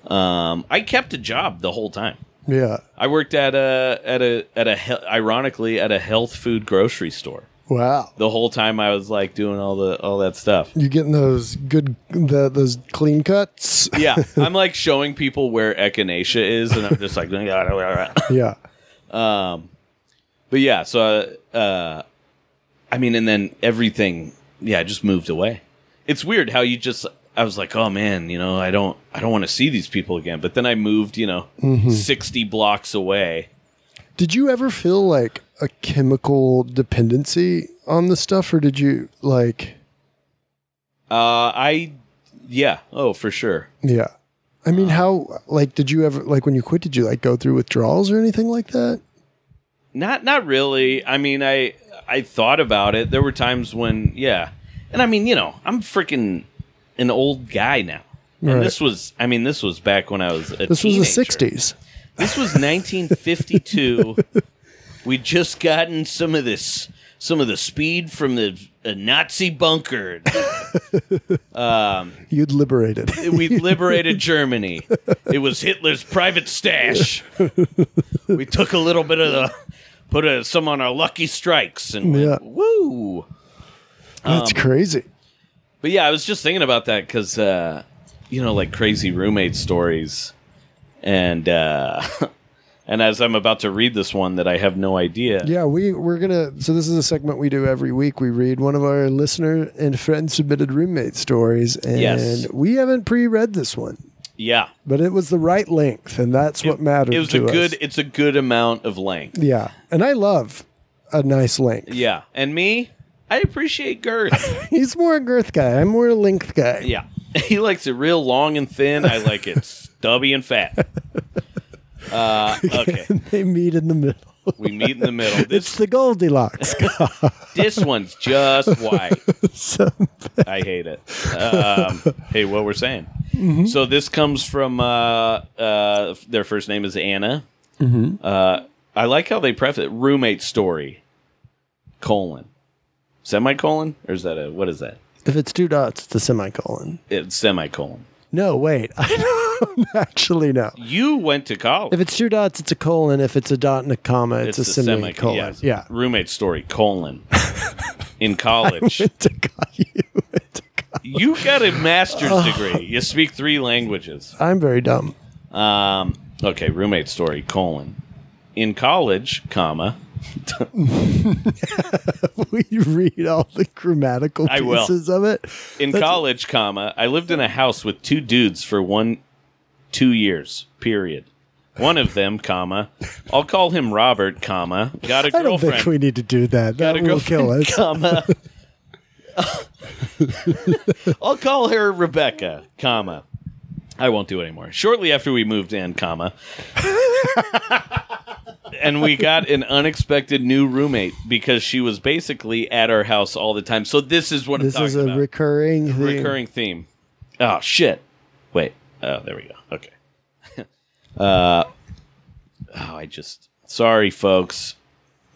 B: Um, I kept a job the whole time.
C: Yeah.
B: I worked at a at a at a he- ironically at a health food grocery store
C: Wow.
B: the whole time I was like doing all the all that stuff.
C: You getting those good the, those clean cuts?
B: Yeah, I'm like showing people where echinacea is, and I'm just like. "Oh,
C: yeah.
B: But yeah, so uh, uh, I mean, and then everything, yeah, just moved away. It's weird how you just. I was like, oh man, you know, I don't, I don't want to see these people again. But then I moved, you know, sixty blocks away.
C: Did you ever feel like a chemical dependency on the stuff, or did you like?
B: Uh, I, yeah, oh for sure.
C: Yeah. I
B: Uh,
C: mean, how like did you ever like when you quit? Did you like go through withdrawals or anything like that?
B: Not not really. I mean, I I thought about it. There were times when, yeah, and I mean, you know, I'm freaking an old guy now. And
C: Right.
B: this was, I mean, this was back when I was. A
C: This
B: teenager.
C: was the '60s.
B: This was 1952. We'd just gotten some of this, some of the speed from the uh, Nazi bunker.
C: You'd liberated.
B: we liberated Germany. It was Hitler's private stash. We took a little bit of the, put uh some on our lucky strikes and went,
C: Yeah.
B: woo.
C: That's
B: um,
C: crazy.
B: But yeah, I was just thinking about that because, uh, you know, like crazy roommate stories, and uh, and as I'm about to read this one that I have no idea.
C: Yeah, we we're gonna. So this is a segment we do every week. We read one of our listener and friend submitted roommate stories, and
B: Yes.
C: we haven't pre-read this one,
B: Yeah.
C: but it was the right length, and that's what mattered.
B: It was a
C: to us.
B: good. It's a good amount of length.
C: Yeah, and I love a nice length.
B: Yeah, and me, I appreciate girth.
C: He's more a girth guy. I'm more a length guy.
B: yeah, he likes it real long and thin. I like it stubby and fat. Uh, okay,
C: they meet in the middle.
B: we meet in the middle.
C: It's
B: This
C: the Goldilocks.
B: this one's just white.
C: so
B: I hate it. Um, hey, what we're saying.
C: Mm-hmm.
B: So this comes from uh, uh, their first name is Anna.
C: Mm-hmm.
B: Uh, I like how they preface it. Roommate story, colon, semicolon, or is that a what is that?
C: if it's two dots, it's a semicolon.
B: It's semicolon.
C: No, wait. I don't actually know.
B: You went to college.
C: If it's two dots, it's a colon. If it's a dot and a comma, it's, a,
B: the
C: semicolon. Yeah.
B: Roommate story colon. In college,
C: To God, you went to God.
B: you got a master's degree. You speak three languages.
C: I'm very dumb.
B: Um, okay, roommate story, colon. In college, comma,
C: Will you read all the grammatical
B: I will.
C: pieces of it?
B: in
C: That's-
B: college, comma, I lived in a house with two dudes for one, two years, period. One of them, comma, I'll call him Robert, comma, got a
C: I don't think
B: girlfriend,
C: we need to do that.
B: got
C: That
B: a
C: will kill
B: girlfriend,
C: us.
B: comma. I'll call her Rebecca, comma. I won't do it anymore. Shortly after we moved in, comma, and we got an unexpected new roommate because she was basically at our house all the time. So this is what
C: This
B: I'm
C: is
B: talking
C: a
B: about.
C: recurring thing.
B: recurring theme. Oh shit! Wait. Oh, there we go. Okay. uh, oh, I just sorry, folks.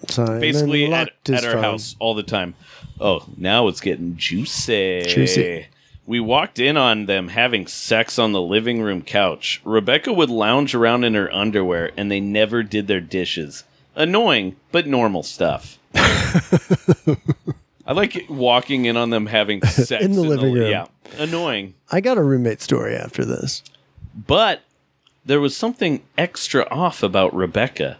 C: Simon
B: Basically at,
C: locked his
B: at our
C: phone.
B: house all the time. Oh, now it's getting juicy.
C: Juicy.
B: We walked in on them having sex on the living room couch. Rebecca would lounge around in her underwear, and they never did their dishes. Annoying, but normal stuff. I like walking in on them having sex
C: In the living
B: li-
C: room.
B: Yeah, annoying,
C: I got a roommate story after this.
B: but there was something extra off about Rebecca.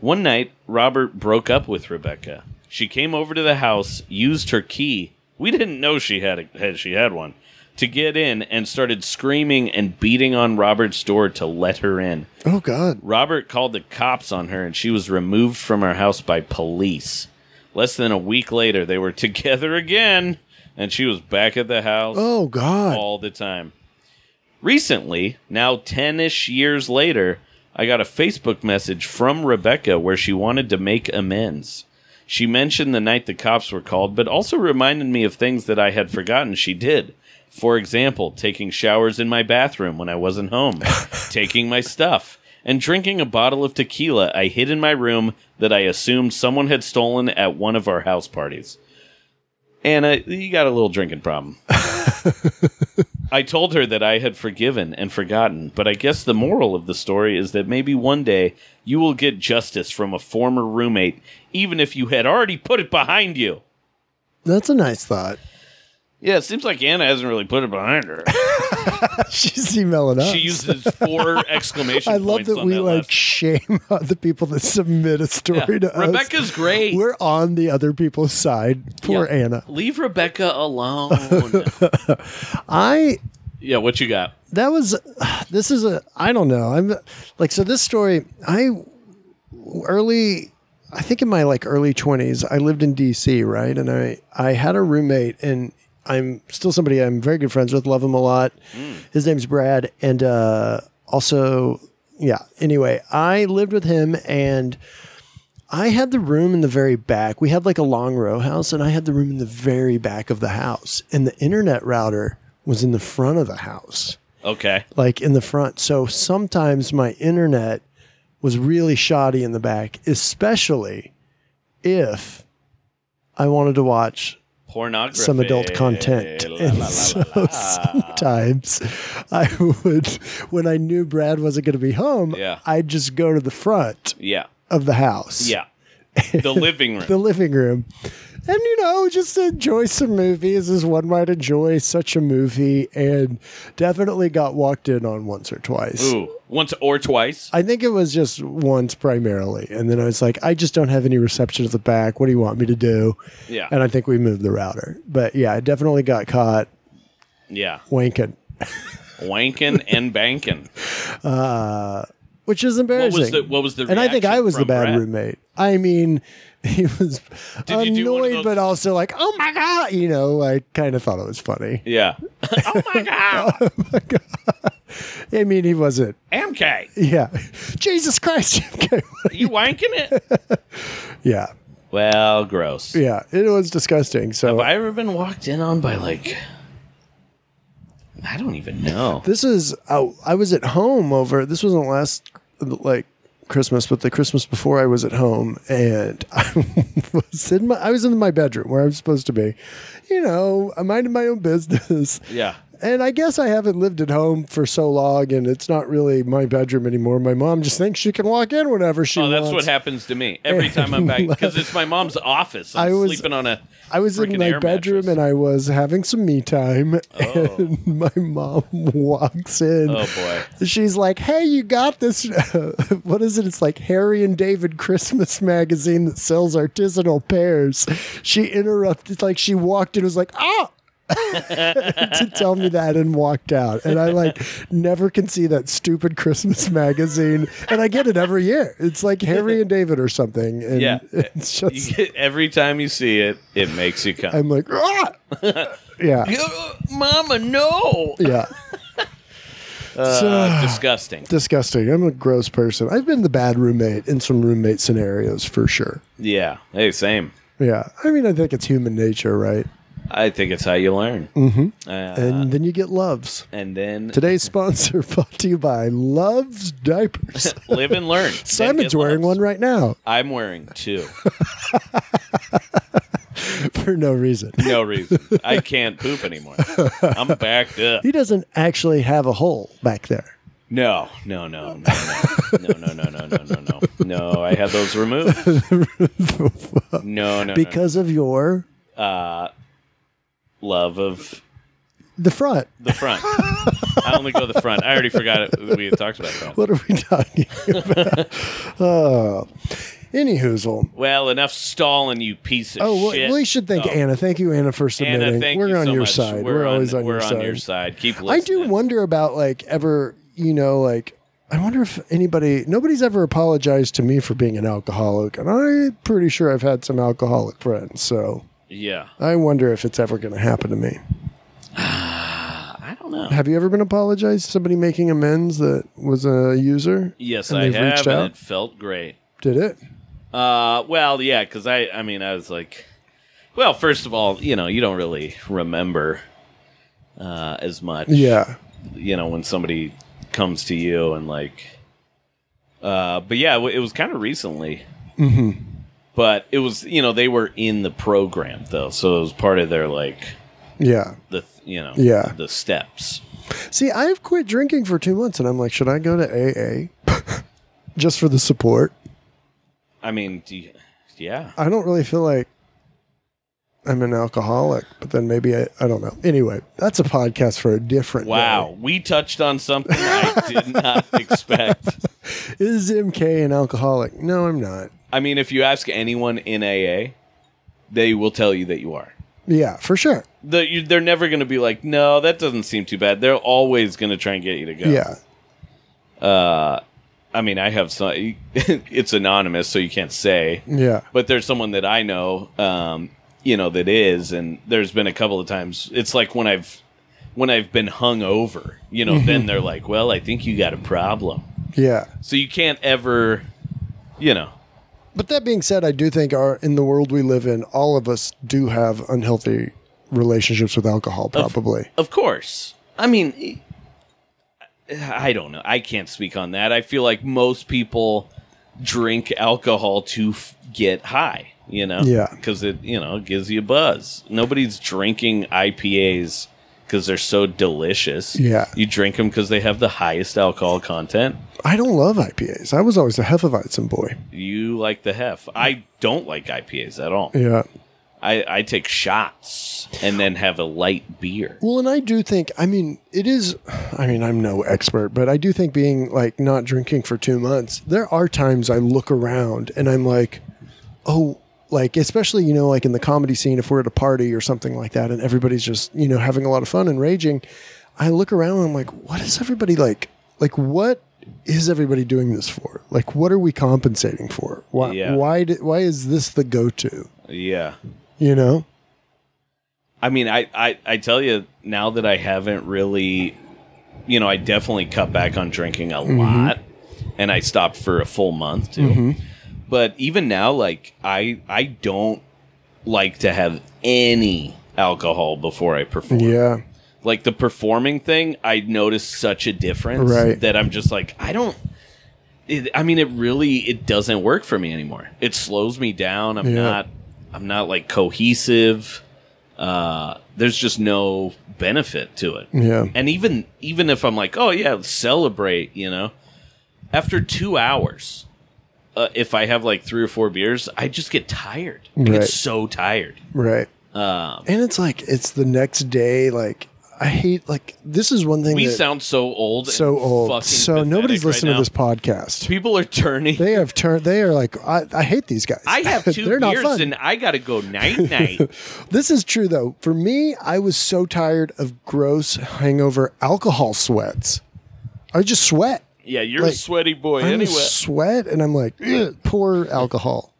B: One night, Robert broke up with Rebecca. She came over to the house, used her key. We didn't know she had, a, had she had one to get in, and started screaming and beating on Robert's door to let her in.
C: Oh God.
B: Robert called the cops on her, and she was removed from her house by police. Less than a week later, they were together again, and she was back at the house
C: Oh God.
B: all the time. Recently, now 10 ish years later, I got a Facebook message from Rebecca where she wanted to make amends. She mentioned the night the cops were called, but also reminded me of things that I had forgotten she did. For example, taking showers in my bathroom when I wasn't home, taking my stuff, and drinking a bottle of tequila I hid in my room that I assumed someone had stolen at one of our house parties. Anna, you got a little drinking problem. I told her that I had forgiven and forgotten, but I guess the moral of the story is that maybe one day you will get justice from a former roommate, even if you had already put it behind you.
C: That's a nice thought.
B: Yeah, it seems like Anna hasn't really put it behind her.
C: She's emailing us.
B: She uses four exclamation
C: I
B: points.
C: love that
B: on
C: we
B: that
C: like
B: last-
C: shame the people that submit a story
B: Yeah.
C: to us.
B: Rebecca's great.
C: We're on the other people's side. Poor
B: Yeah.
C: Anna.
B: Leave Rebecca alone.
C: I
B: yeah, what you got?
C: that was this is a I don't know. I'm like so this story I early I think in my like early 20s, I lived in DC, right? And I I had a roommate and I'm still somebody I'm very good friends with, love him a lot. His name's Brad and uh also yeah, anyway, I lived with him and I had the room in the very back. We had like a long row house and I had the room in the very back of the house and the internet router was in the front of the house
B: Okay.
C: like in the front. So sometimes my internet was really shoddy in the back, especially if I wanted to watch
B: Pornography.
C: some adult content.
B: La,
C: and
B: la, la,
C: so sometimes I would, when I knew Brad wasn't going to be home,
B: Yeah.
C: I'd just go to the front
B: yeah.
C: of the house,
B: Yeah. The living room.
C: the living room. And you know, just enjoy some movies as one might enjoy such a movie, and definitely got walked in on once or twice.
B: Ooh. Once or twice.
C: I think it was just once primarily. And then I was like, I just don't have any reception at the back. What do you want me to do?
B: Yeah.
C: And I think we moved the router. But yeah, I definitely got caught
B: yeah.
C: wanking,
B: Wanking and banking.
C: which is
B: What
C: embarrassing.
B: was the what was the
C: and I think I
B: reaction
C: was the
B: from
C: bad
B: Brad?
C: roommate. I mean, he was
B: Did you do one of
C: annoyed,
B: those-
C: but also like, oh my God. You know, I kind of thought it was funny.
B: Yeah. oh my god.
C: I mean, he wasn't.
B: MK.
C: Yeah. Jesus Christ. Okay.
B: You wanking it?
C: yeah.
B: Well, gross.
C: Yeah. It was disgusting. So
B: Have I ever been walked in on by like I don't even know.
C: This is I, I was at home over. This wasn't last like Christmas, but the Christmas before I was at home, and I was in my I was in my bedroom where I'm supposed to be. You know, I minded my own business.
B: Yeah.
C: And I guess I haven't lived at home for so long, and it's not really my bedroom anymore. My mom just thinks she can walk in whenever she
B: Oh, that's
C: wants.
B: what happens to me every time I'm back because it's my mom's office. I'm
C: I was-
B: sleeping on a.
C: I was in
B: freaking
C: my
B: air
C: bedroom
B: mattress.
C: and I was having some me time, and my mom walks in.
B: Oh, boy.
C: She's like, "Hey, you got this? what is it? It's like Harry and David Christmas magazine that sells artisanal pears." She interrupted, like she walked in, and was like, "Ah." to tell me that and walked out and i like never can see that stupid christmas magazine and i get it every year it's like harry and david or something and
B: Yeah.
C: it's just
B: You get- every time you see it, it makes you come.
C: I'm like, ah! yeah,
B: Uh, Mama, no!
C: yeah.
B: Uh,
C: so
B: disgusting.
C: disgusting. I'm a gross person. I've been the bad roommate in some roommate scenarios for sure.
B: Yeah. Hey, same.
C: Yeah, I mean, I think it's human nature, right?
B: I think it's how you learn. Mm-hmm. Uh,
C: And then you get loves.
B: and then
C: Today's sponsor brought to you by Loves Diapers.
B: live and learn. Then
C: Simon's
B: get
C: wearing
B: lost.
C: one right now
B: I'm wearing two.
C: for no reason.
B: No reason. I can't poop anymore. I'm backed up.
C: He doesn't actually have a hole back there.
B: No, no, no, no, no, no, no, no, no, no, no, no. No, I had those removed. No, no, because
C: Because of your
B: love of
C: the front.
B: the front. I only go the front. I already forgot it, that we had talked about that.
C: What are we talking about? oh. Anyhoozle.
B: Well, enough stalling, you piece of
C: Oh,
B: shit.
C: well, we should thank
B: Oh,
C: Anna. Thank you, Anna, for
B: Anna,
C: submitting.
B: thank
C: we're
B: you
C: on
B: so
C: your
B: much.
C: side.
B: We're,
C: We're, always on,
B: we're
C: your,
B: on
C: side.
B: your side. Keep listening.
C: I do wonder about like ever, you know, like I wonder if anybody, nobody's ever apologized to me for being an alcoholic, and I'm pretty sure I've had some alcoholic friends. So
B: Yeah,
C: I wonder if it's ever going to happen to me.
B: I don't know.
C: Have you ever been apologized? Somebody making amends that was a user?
B: Yes,
C: And
B: I
C: they've
B: have,
C: reached
B: and
C: out?
B: it felt great.
C: Did it?
B: Uh, well, yeah, because I, I mean, I was like, well, first of all, you know, you don't really remember uh, as much.
C: Yeah.
B: you know when somebody comes to you and like uh but yeah it was kind of recently mm-hmm. but it was you know they were in the program though so it was part of their like
C: Yeah.
B: the you know
C: Yeah.
B: the steps
C: See, I've quit drinking for two months, and I'm like, should I go to AA just for the support?
B: i mean do you, yeah
C: I don't really feel like I'm an alcoholic, but then maybe I, I don't know. Anyway, that's a podcast for a different
B: wow we touched on something i did not expect
C: day. Is MK an alcoholic? No, I'm not.
B: i mean if you ask anyone in aa they will tell you that you are
C: Yeah, for sure.
B: the, you, they're never going to be like no that doesn't seem too bad they're always going to try and get you to go
C: Yeah.
B: I mean, I have some. It's anonymous, so you can't say.
C: Yeah.
B: But there's someone that I know, um, you know, that is, and there's been a couple of times. It's like when I've when I've been hung over, you know. Then they're like, "Well, I think you got a problem."
C: Yeah.
B: So you can't ever, you know.
C: But that being said, I do think our in the world we live in, all of us do have unhealthy relationships with alcohol, probably.
B: Of course. I mean, e- I don't know. I can't speak on that. I feel like most people drink alcohol to f- get high, you know?
C: Yeah.
B: Because it, you know, gives you a buzz. Nobody's drinking IPAs because they're so delicious.
C: Yeah.
B: You drink them because they have the highest alcohol content.
C: I don't love IPAs. I was always a Hefeweizen boy.
B: You like the hef. I don't like IPAs at all.
C: Yeah.
B: I, I take shots and then have a light beer.
C: Well, and I do think, I mean, it is, I mean, I'm no expert, but I do think being like not drinking for two months, there are times I look around and I'm like, oh, like, especially, you know, like in the comedy scene, if we're at a party or something like that and everybody's just, you know, having a lot of fun and raging, I look around and I'm like, what is everybody like? Like, what is everybody doing this for? Like, what are we compensating for? Why,
B: Yeah.
C: why, di- why is this the go to?
B: Yeah.
C: You know?
B: I mean, I, I, I tell you now that I haven't really, you know, I definitely cut back on drinking a lot, and I stopped for a full month too. But even now, like I I don't like to have any alcohol before I perform.
C: Yeah.
B: Like the performing thing, I noticed such a difference
C: Right.
B: that I'm just like I don't. It, I mean, it really it doesn't work for me anymore. It slows me down. I'm
C: Yeah.
B: not I'm not like cohesive uh, there's just no benefit to it.
C: Yeah.
B: And even even if I'm like, oh yeah, let's celebrate, you know, after two hours, uh, if I have like three or four beers, I just get tired. I
C: Right.
B: get so tired.
C: Right.
B: Um,
C: And it's like it's the next day. Like I hate like this is one thing
B: we
C: that
B: sound so old. and
C: so old.
B: fucking
C: So
B: pathetic
C: nobody's
B: right
C: listening
B: now.
C: to this podcast.
B: People are turning.
C: They have turned. They are like I, I hate these guys.
B: I have two
C: They're not
B: beers
C: fun.
B: and I gotta go night night.
C: this is true though. For me, I was so tired of gross hangover alcohol sweats. I just sweat.
B: yeah, you're
C: Like,
B: a sweaty boy
C: I'm
B: anyway.
C: gonna sweat, and I'm like, "Ugh, poor alcohol.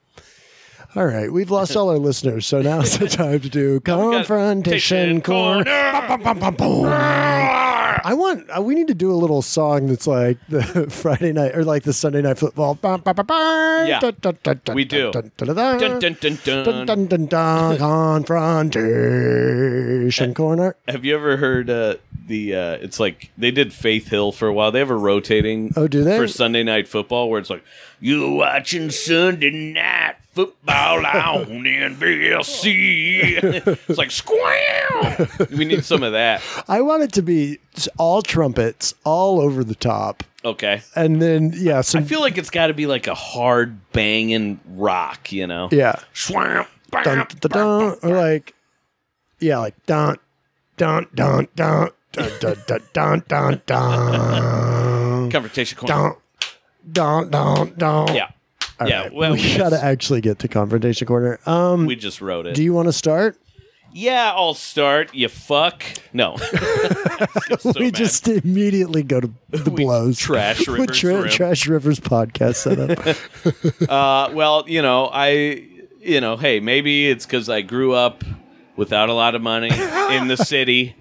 C: All right, we've lost all our listeners, so now's the time to do confrontation
B: Confrontation
C: corner. Bum, bum, bum, boom. I want. Uh, we need to do a little song that's like the Friday night or like the Sunday night football. Bum, bum, bum, bum.
B: Yeah,
C: Dun, dun, dun, dun,
B: we
C: dun,
B: do.
C: dun, dun,
B: Dun,
C: dun,
B: dun, dun, dun.
C: Dun, dun, dun, dun.
B: Eh.
C: Confrontation corner.
B: Have you ever heard uh, the? Uh, it's like they did Faith Hill for a while. They have a rotating.
C: Oh, do they?
B: for Sunday night football where it's like you watching Sunday night football on NBC. it's like squeal. We need some of that.
C: I want it to be all trumpets, all over the top,
B: Okay.
C: and then yeah,
B: I
C: some
B: feel like it's got to be like a hard banging rock, you know?
C: yeah.
B: Swamp.
C: dun, dun, dun, or like yeah, like dun dun dun dun dun dun dun dun dun dun
B: Confrontation corner.
C: dun dun dun dun.
B: Yeah.
C: All
B: yeah.
C: right,
B: Well,
C: we gotta actually get to confrontation corner. Um,
B: we just wrote it.
C: do you want to start?
B: yeah, I'll start. You fuck. No.
C: we just immediately go to the blows.
B: trash
C: With
B: Rivers Room.
C: trash rivers podcast setup.
B: Uh, well, you know, I, you know, hey, maybe it's because I grew up without a lot of money in the city,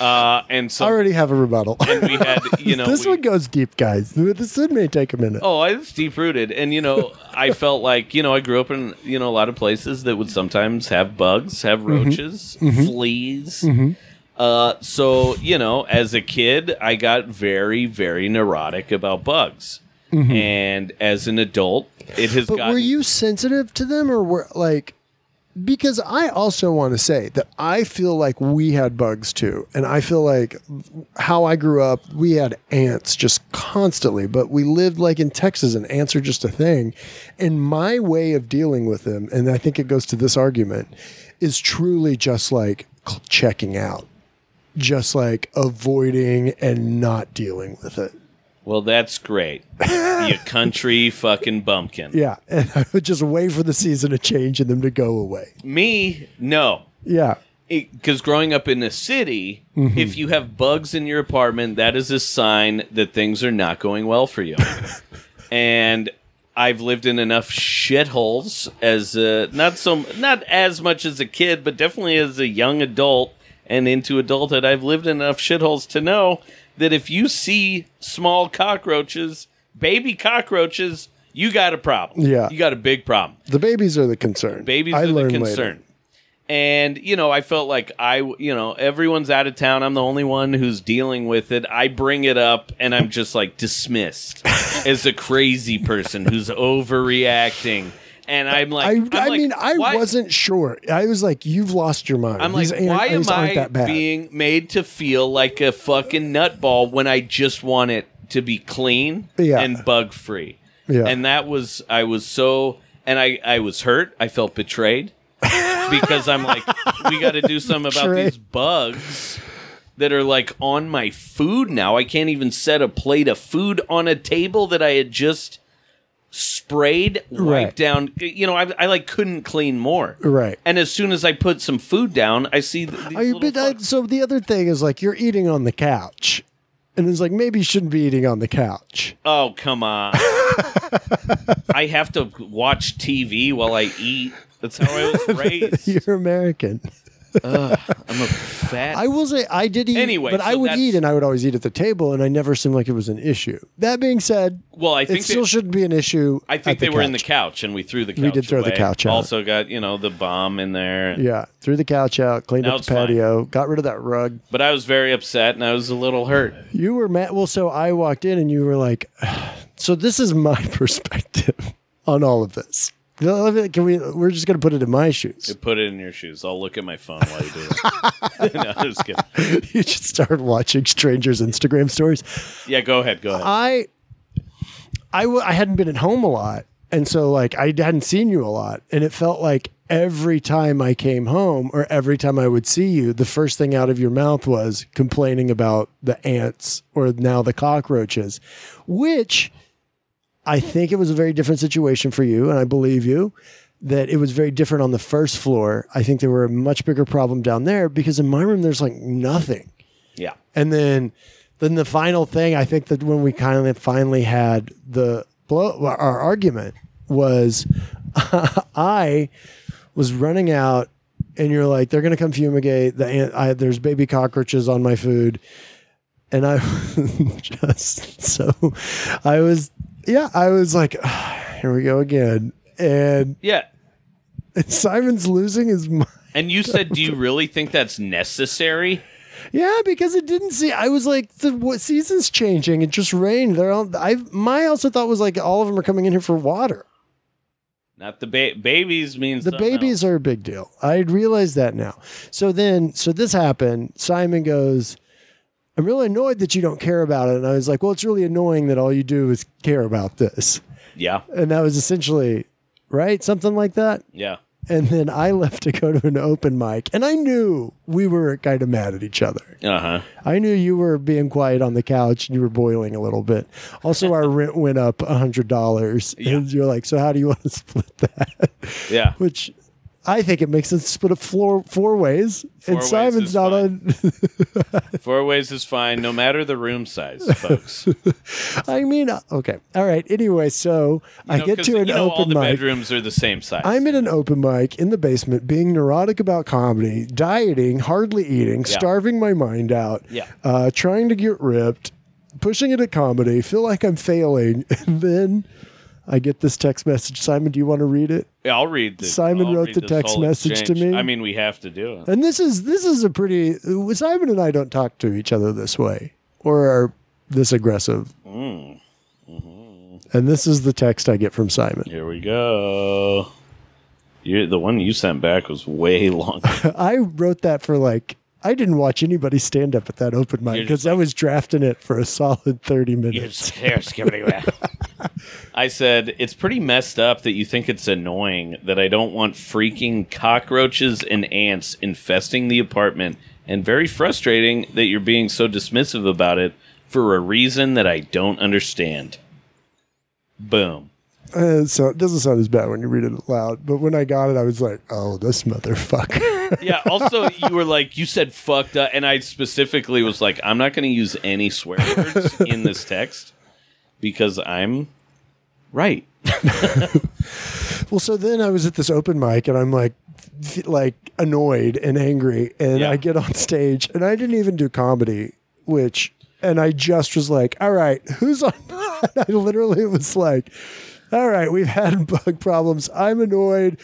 B: uh, and
C: I
B: so
C: already have a rebuttal.
B: we had, you know,
C: this
B: we-
C: one goes deep, guys. This one may take a minute.
B: oh, it's deep rooted, and you know, I felt like you know, I grew up in you know a lot of places that would sometimes have bugs, have
C: Mm-hmm.
B: roaches, fleas. Uh, so you know, as a kid, I got very, very neurotic about bugs, and as an adult, it has
C: Mm-hmm. But
B: gotten.
C: were you sensitive to them or were like because I also want to say that I feel like we had bugs too. And I feel like how I grew up, we had ants just constantly, but we lived like in Texas and ants are just a thing. And my way of dealing with them, and I think it goes to this argument, is truly just like cl- checking out, just like avoiding and not dealing with it.
B: Well, that's great. you country fucking bumpkin.
C: Yeah. And I would just wait for the season to change and them to go away.
B: Me, no.
C: Yeah.
B: because growing up in a city, if you have bugs in your apartment, that is a sign that things are not going well for you. and I've lived in enough shitholes as a, not so not as much as a kid, but definitely as a young adult and into adulthood. I've lived in enough shitholes to know that if you see small cockroaches, baby cockroaches, you got a problem.
C: Yeah.
B: you got a big problem
C: The babies are the concern.
B: babies
C: I
B: are the
C: learned later.
B: concern. And you know, I felt like I, you know, everyone's out of town. I'm the only one who's dealing with it. I bring it up, and I'm just like dismissed as a crazy person who's overreacting. And I'm like,
C: I,
B: I'm
C: I
B: like,
C: mean, I
B: why-
C: wasn't sure. I was like, you've lost your mind.
B: I'm
C: These
B: like,
C: ant-
B: why am
C: these aren't
B: I
C: that bad.
B: being made to feel like a fucking nutball when I just want it to be clean
C: Yeah.
B: and bug free?
C: Yeah.
B: And that was I was so and I I was hurt. I felt betrayed because I'm like, we got to do something about
C: Betrayed.
B: these bugs that are like on my food now. I can't even set a plate of food on a table that I had just sprayed, wiped
C: Right.
B: down. You know, I, I like couldn't clean more.
C: Right.
B: And as soon as I put some food down, I see th- these
C: Are you-
B: little
C: but I-
B: fucks.
C: so the other thing is like you're eating on the couch, and it's like maybe you shouldn't be eating on the couch.
B: Oh come on! I have to watch TV while I eat. That's how I was raised.
C: You're American.
B: I'm a fat.
C: I will say I did eat,
B: Anyway,
C: but I
B: so
C: would
B: that's-
C: eat, and I would always eat at the table, and I never seemed like it was an issue. That being said,
B: well, I think
C: it still
B: they,
C: shouldn't be an issue.
B: I think
C: at
B: they were in the
C: couch.
B: couch, and we threw the couch.
C: did throw the
B: away.
C: couch out.
B: Also got you know the bomb in there.
C: Yeah, threw the couch out, cleaned
B: Now
C: up
B: it's
C: the
B: fine.
C: patio, got rid of that rug.
B: But I was very upset, and I was a little hurt.
C: You were mad. Well, so I walked in and you were like, so this is my perspective on all of this. Can we? We're just gonna put it in my shoes.
B: Put it in your shoes. I'll look at my phone while you do it. no, I'm just kidding.
C: You should start watching strangers' Instagram stories.
B: Yeah, go ahead. Go ahead.
C: I, I, w- I hadn't been at home a lot, and so like I hadn't seen you a lot, and it felt like every time I came home or every time I would see you, the first thing out of your mouth was complaining about the ants or now the cockroaches, which I think it was a very different situation for you, and I believe you. That it was very different on the first floor. I think there were a much bigger problem down there because in my room there's like nothing.
B: yeah.
C: And then, then the final thing I think that when we kind of finally had the blow, our argument was, I was running out, and you're like, they're gonna come fumigate. The ant, I, there's baby cockroaches on my food, and I was just so, I was, yeah, I was like, "Ah, here we go again, and
B: Yeah.
C: Simon's losing his mind.
B: And you said, do you really think that's necessary?
C: Yeah, because it didn't see. I was like, the what season's changing. It just rained. They're all. I my also thought was like all of them are coming in here for water.
B: Not the ba- babies means
C: The
B: something
C: babies are a big deal. I realize that now. So then, so this happened. Simon goes, "I'm really annoyed that you don't care about it." And I was like, "Well, it's really annoying that all you do is care about this."
B: else. Yeah.
C: And that was essentially right, something like that.
B: Yeah.
C: And then I left to go to an open mic, and I knew we were kind of mad at each other.
B: Uh huh.
C: I knew you were being quiet on the couch and you were boiling a little bit. Also, our rent went up a hundred dollars, and you're like, "So how do you want to split that?"
B: Yeah.
C: Which I think it makes sense to split it four four ways.
B: Four
C: and
B: ways
C: Simon's
B: is
C: not on.
B: fine. Four ways is fine, no matter the room size, folks.
C: I mean, uh, okay, all right. Anyway, so I
B: You know,
C: get
B: 'cause,
C: to an
B: you know, all
C: open
B: the
C: mic.
B: bedrooms are the same size.
C: I'm in an open mic in the basement, being neurotic about comedy, dieting, hardly eating, starving my mind out,
B: Yeah.
C: uh, trying to get ripped, pushing it at comedy, feel like I'm failing, and then I get this text message. Simon, do you want to read it?
B: Yeah, I'll read this.
C: Simon
B: I'll
C: wrote
B: read
C: the
B: this
C: text
B: whole
C: message to
B: exchange.
C: me.
B: I mean, we have to do it.
C: And this is this is a pretty Simon and I don't talk to each other this way or are this aggressive. And this is the text I get from Simon.
B: Here we go. you the one you sent back was way longer.
C: I wrote that for like I didn't watch anybody stand up at that open mic
B: You're
C: because
B: just
C: I was drafting it for a solid thirty minutes.
B: hair skipping around. I said, it's pretty messed up that you think it's annoying that I don't want freaking cockroaches and ants infesting the apartment, and very frustrating that you're being so dismissive about it for a reason that I don't understand. Boom.
C: Uh, so it doesn't sound as bad when you read it out loud, but when I got it, I was like, "Oh, this motherfucker!"
B: Yeah. Also, you were like, you said fucked up. And I specifically was like, I'm not going to use any swear words in this text because I'm right.
C: Well, so then I was at this open mic and I'm like, f- like annoyed and angry, and
B: Yeah.
C: I get on stage and I didn't even do comedy, which and I just was like, all right, who's on? I literally was like, all right, we've had bug problems. I'm annoyed.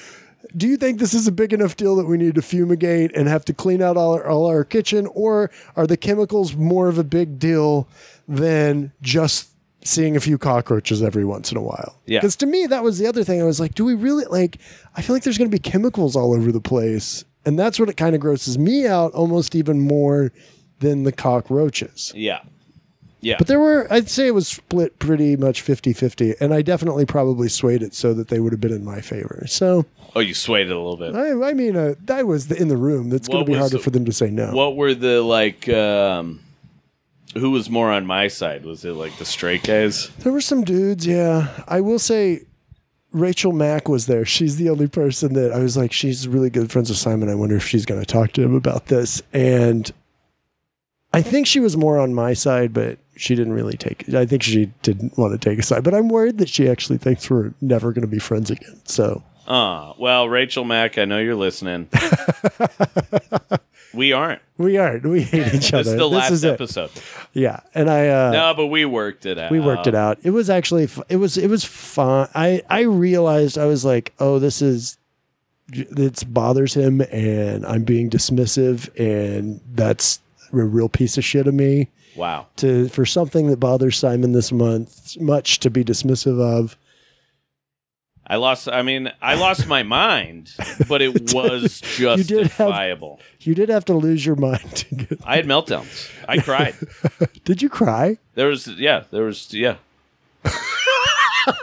C: Do you think this is a big enough deal that we need to fumigate and have to clean out all our, all our kitchen, or are the chemicals more of a big deal than just seeing a few cockroaches every once in a while?
B: Yeah.
C: Because to me, that was the other thing. I was like, do we really like? I feel like there's going to be chemicals all over the place, and that's what it kind of grosses me out almost even more than the cockroaches.
B: Yeah. Yeah.
C: But there were, I'd say it was split pretty much 50 50, and I definitely probably swayed it so that they would have been in my favor. So,
B: oh, you swayed it a little bit.
C: I, I mean, uh, I was in the room. That's going
B: What
C: to be
B: was
C: harder
B: the-
C: for them to say no.
B: What were the, like, um, who was more on my side? Was it like the straight guys?
C: There were some dudes, yeah. I will say Rachel Mack was there. She's the only person that I was like, she's really good friends with Simon. I wonder if she's going to talk to him about this. And I think she was more on my side, but she didn't really take I think she didn't want to take a side, but I'm worried that she actually thinks we're never going to be friends again. So,
B: Uh, well, Rachel Mack, I know you're listening. we aren't.
C: we aren't. We hate each
B: That's
C: other.
B: the
C: this
B: last
C: is
B: episode.
C: it. Yeah. And I uh
B: No, but we worked it out.
C: we worked it out. It was actually f- it was it was fun. I I realized I was like, oh, this is this bothers him, and I'm being dismissive, and that's a real piece of shit of me
B: Wow.
C: to for something that bothers Simon this month much to be dismissive of.
B: I lost. I mean, I lost my mind, but it was
C: did have-
B: justifiable.
C: You did have to lose your mind. To get,
B: I had meltdowns. I cried.
C: did you cry?
B: There was yeah. There was yeah.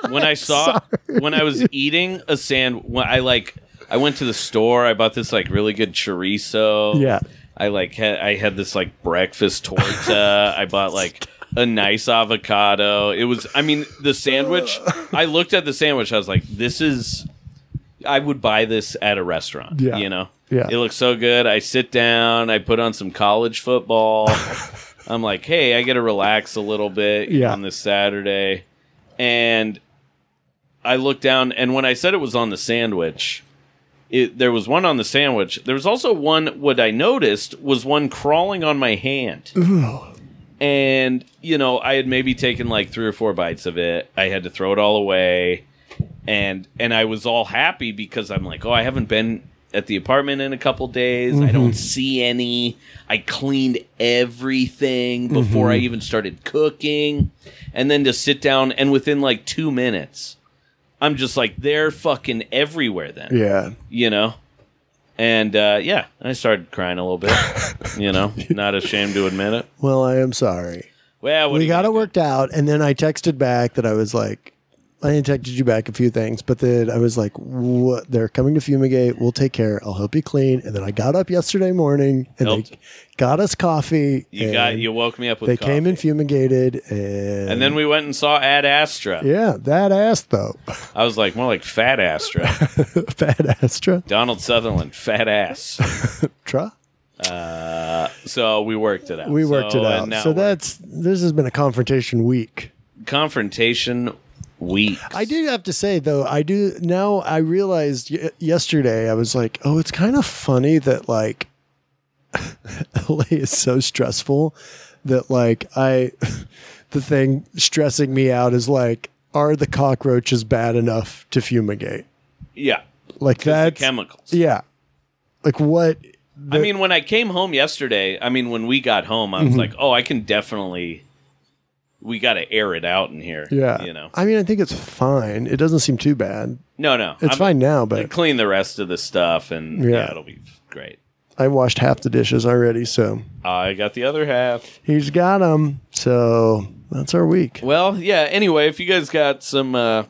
B: when I saw when I was eating a sand, when I like I went to the store. I bought this like really good chorizo.
C: Yeah.
B: I like had I had this like breakfast torta. I bought like a nice avocado. It was I mean the sandwich. I looked at the sandwich. I was like, this is. I would buy this at a restaurant.
C: Yeah.
B: You know.
C: Yeah.
B: It looks so good. I sit down. I put on some college football. I'm like, hey, I get to relax a little bit
C: Yeah.
B: on this Saturday. And I looked down, and when I said it was on the sandwich, it, there was one on the sandwich. There was also one, what I noticed was one crawling on my hand. And, you know, I had maybe taken like three or four bites of it. I had to throw it all away. And and I was all happy because I'm like, oh, I haven't been at the apartment in a couple days. I
C: Mm-hmm.
B: don't see any. I cleaned everything before
C: Mm-hmm.
B: I even started cooking. And then to sit down and within like two minutes, I'm just like, they're fucking everywhere then
C: Yeah.
B: you know and uh, yeah i started crying a little bit you know not ashamed to admit it
C: Well, I am sorry.
B: well what do
C: we
B: you
C: got it
B: gonna
C: worked out and then i texted back that i was like i texted you back a few things but then i was like what they're coming to fumigate we'll take care i'll help you clean and then i got up yesterday morning and
B: Helped.
C: they got us coffee
B: do? you
C: and
B: got you woke me up with
C: they
B: coffee.
C: came and fumigated and
B: and then we went and saw ad astra
C: yeah that ass though
B: i was like more like fat astra
C: bad astra
B: donald sutherland fat ass Uh,
C: tra
B: so we worked it out
C: we worked it
B: and
C: out
B: now
C: so
B: we're-
C: that's this has been a confrontation week
B: confrontation week
C: I do have to say though, I do now. I realized y- yesterday I was like, oh, it's kind of funny that like LA is so stressful that like I, the thing stressing me out is like, are the cockroaches bad enough to fumigate?
B: yeah
C: Like
B: the
C: that?
B: chemicals
C: Yeah. Like what?
B: I mean, when I came home yesterday, I mean, when we got home,
C: Mm-hmm.
B: I was like, oh, I can definitely, we got to air it out in here.
C: Yeah.
B: You know?
C: I mean, I think it's fine. It doesn't seem too bad.
B: No, no.
C: It's
B: I'm-
C: fine now,
B: They
C: but
B: clean the rest of the stuff, and yeah,
C: Yeah.
B: it'll be great.
C: I washed half the dishes already, so
B: I got the other half.
C: he's got them. So that's our week.
B: Well, yeah. Anyway, if you guys got some, uh,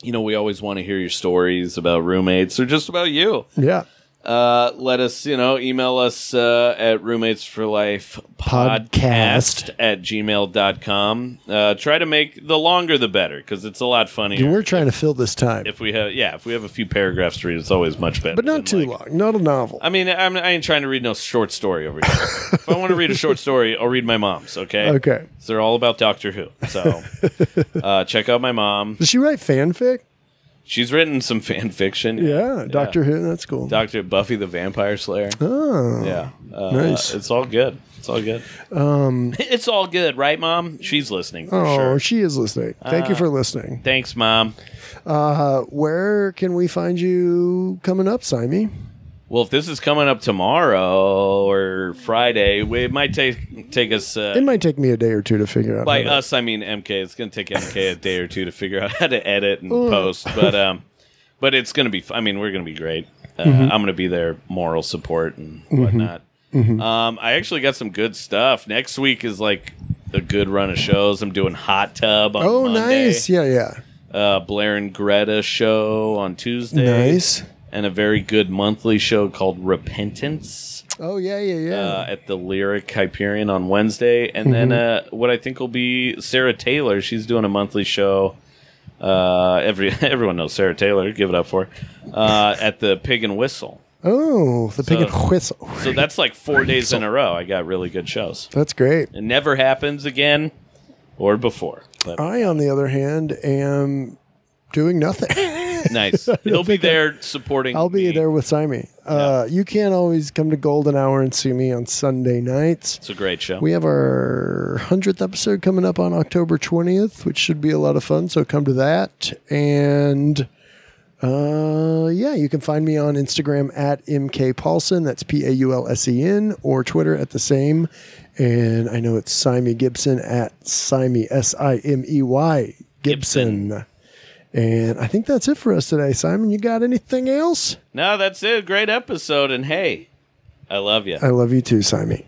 B: you know, we always want to hear your stories about roommates or just about you.
C: Yeah.
B: Uh, let us, you know, email us uh, at roommates for life podcast at gmail.com. Uh, try to make the longer the better because it's a lot funnier.
C: We're trying to fill this time,
B: if we have, yeah, if we have a few paragraphs to read, it's always much better.
C: but
B: than,
C: not too
B: like-
C: long. Not a novel.
B: I mean, I'm, I ain't trying to read no short story over here. if I want to read a short story, I'll read my mom's. Okay.
C: Okay.
B: So they're all about Doctor Who. So uh, check out my mom.
C: Does she write fanfic?
B: She's written some fan fiction.
C: Yeah, Doctor Who. That's cool.
B: Doctor Buffy the Vampire Slayer.
C: oh,
B: Yeah. Uh,
C: Nice.
B: It's all good. It's all good. Um, it's all good, right, Mom? She's listening for
C: oh,
B: sure. Uh,
C: she is listening. Thank you for listening.
B: Thanks, Mom.
C: Uh, where can we find you coming up, Simon?
B: Well, if this is coming up tomorrow or Friday, we- it might take take us. Uh,
C: It might take me a day or two to figure out.
B: by
C: how to-
B: us, I mean MK. It's going to take MK a day or two to figure out how to edit and post, but um, but it's going to be. f- I mean, we're going to be great. Uh, I'm going to be their moral support and whatnot. Um, I actually got some good stuff. Next week is like a good run of shows. I'm doing hot tub. On
C: Oh,
B: Monday.
C: nice. Yeah, yeah.
B: Uh, Blair and Greta show on Tuesday.
C: Nice.
B: And a very good monthly show called Repentance
C: Oh, yeah, yeah, yeah.
B: uh, at the Lyric Hyperion on Wednesday, and then
C: Mm-hmm.
B: uh, what I think will be Sarah Taylor. She's doing a monthly show. Uh, every everyone knows Sarah Taylor. Give it up for her. Uh, at the Pig and Whistle.
C: oh, the pig and whistle.
B: So that's like four days in a row. I got really good shows.
C: That's great.
B: It never happens again or before. But
C: I, on the other hand, am doing nothing.
B: nice. He'll be there supporting.
C: I'll be
B: me.
C: there with Simon. Uh, You can't always come to Golden Hour and see me on Sunday nights.
B: It's a great show.
C: We have our 100th episode coming up on October 20th, which should be a lot of fun. So come to that. And uh, yeah, you can find me on Instagram at MK Paulson. That's P A U L S E N, or Twitter at the same. And I know it's Simey Gibson at Simey, S I M E Y Gibson. And I think that's it for us today. Simon, you got anything else?
B: no, that's it. Great episode. And hey, I love you.
C: I love you too, Simon.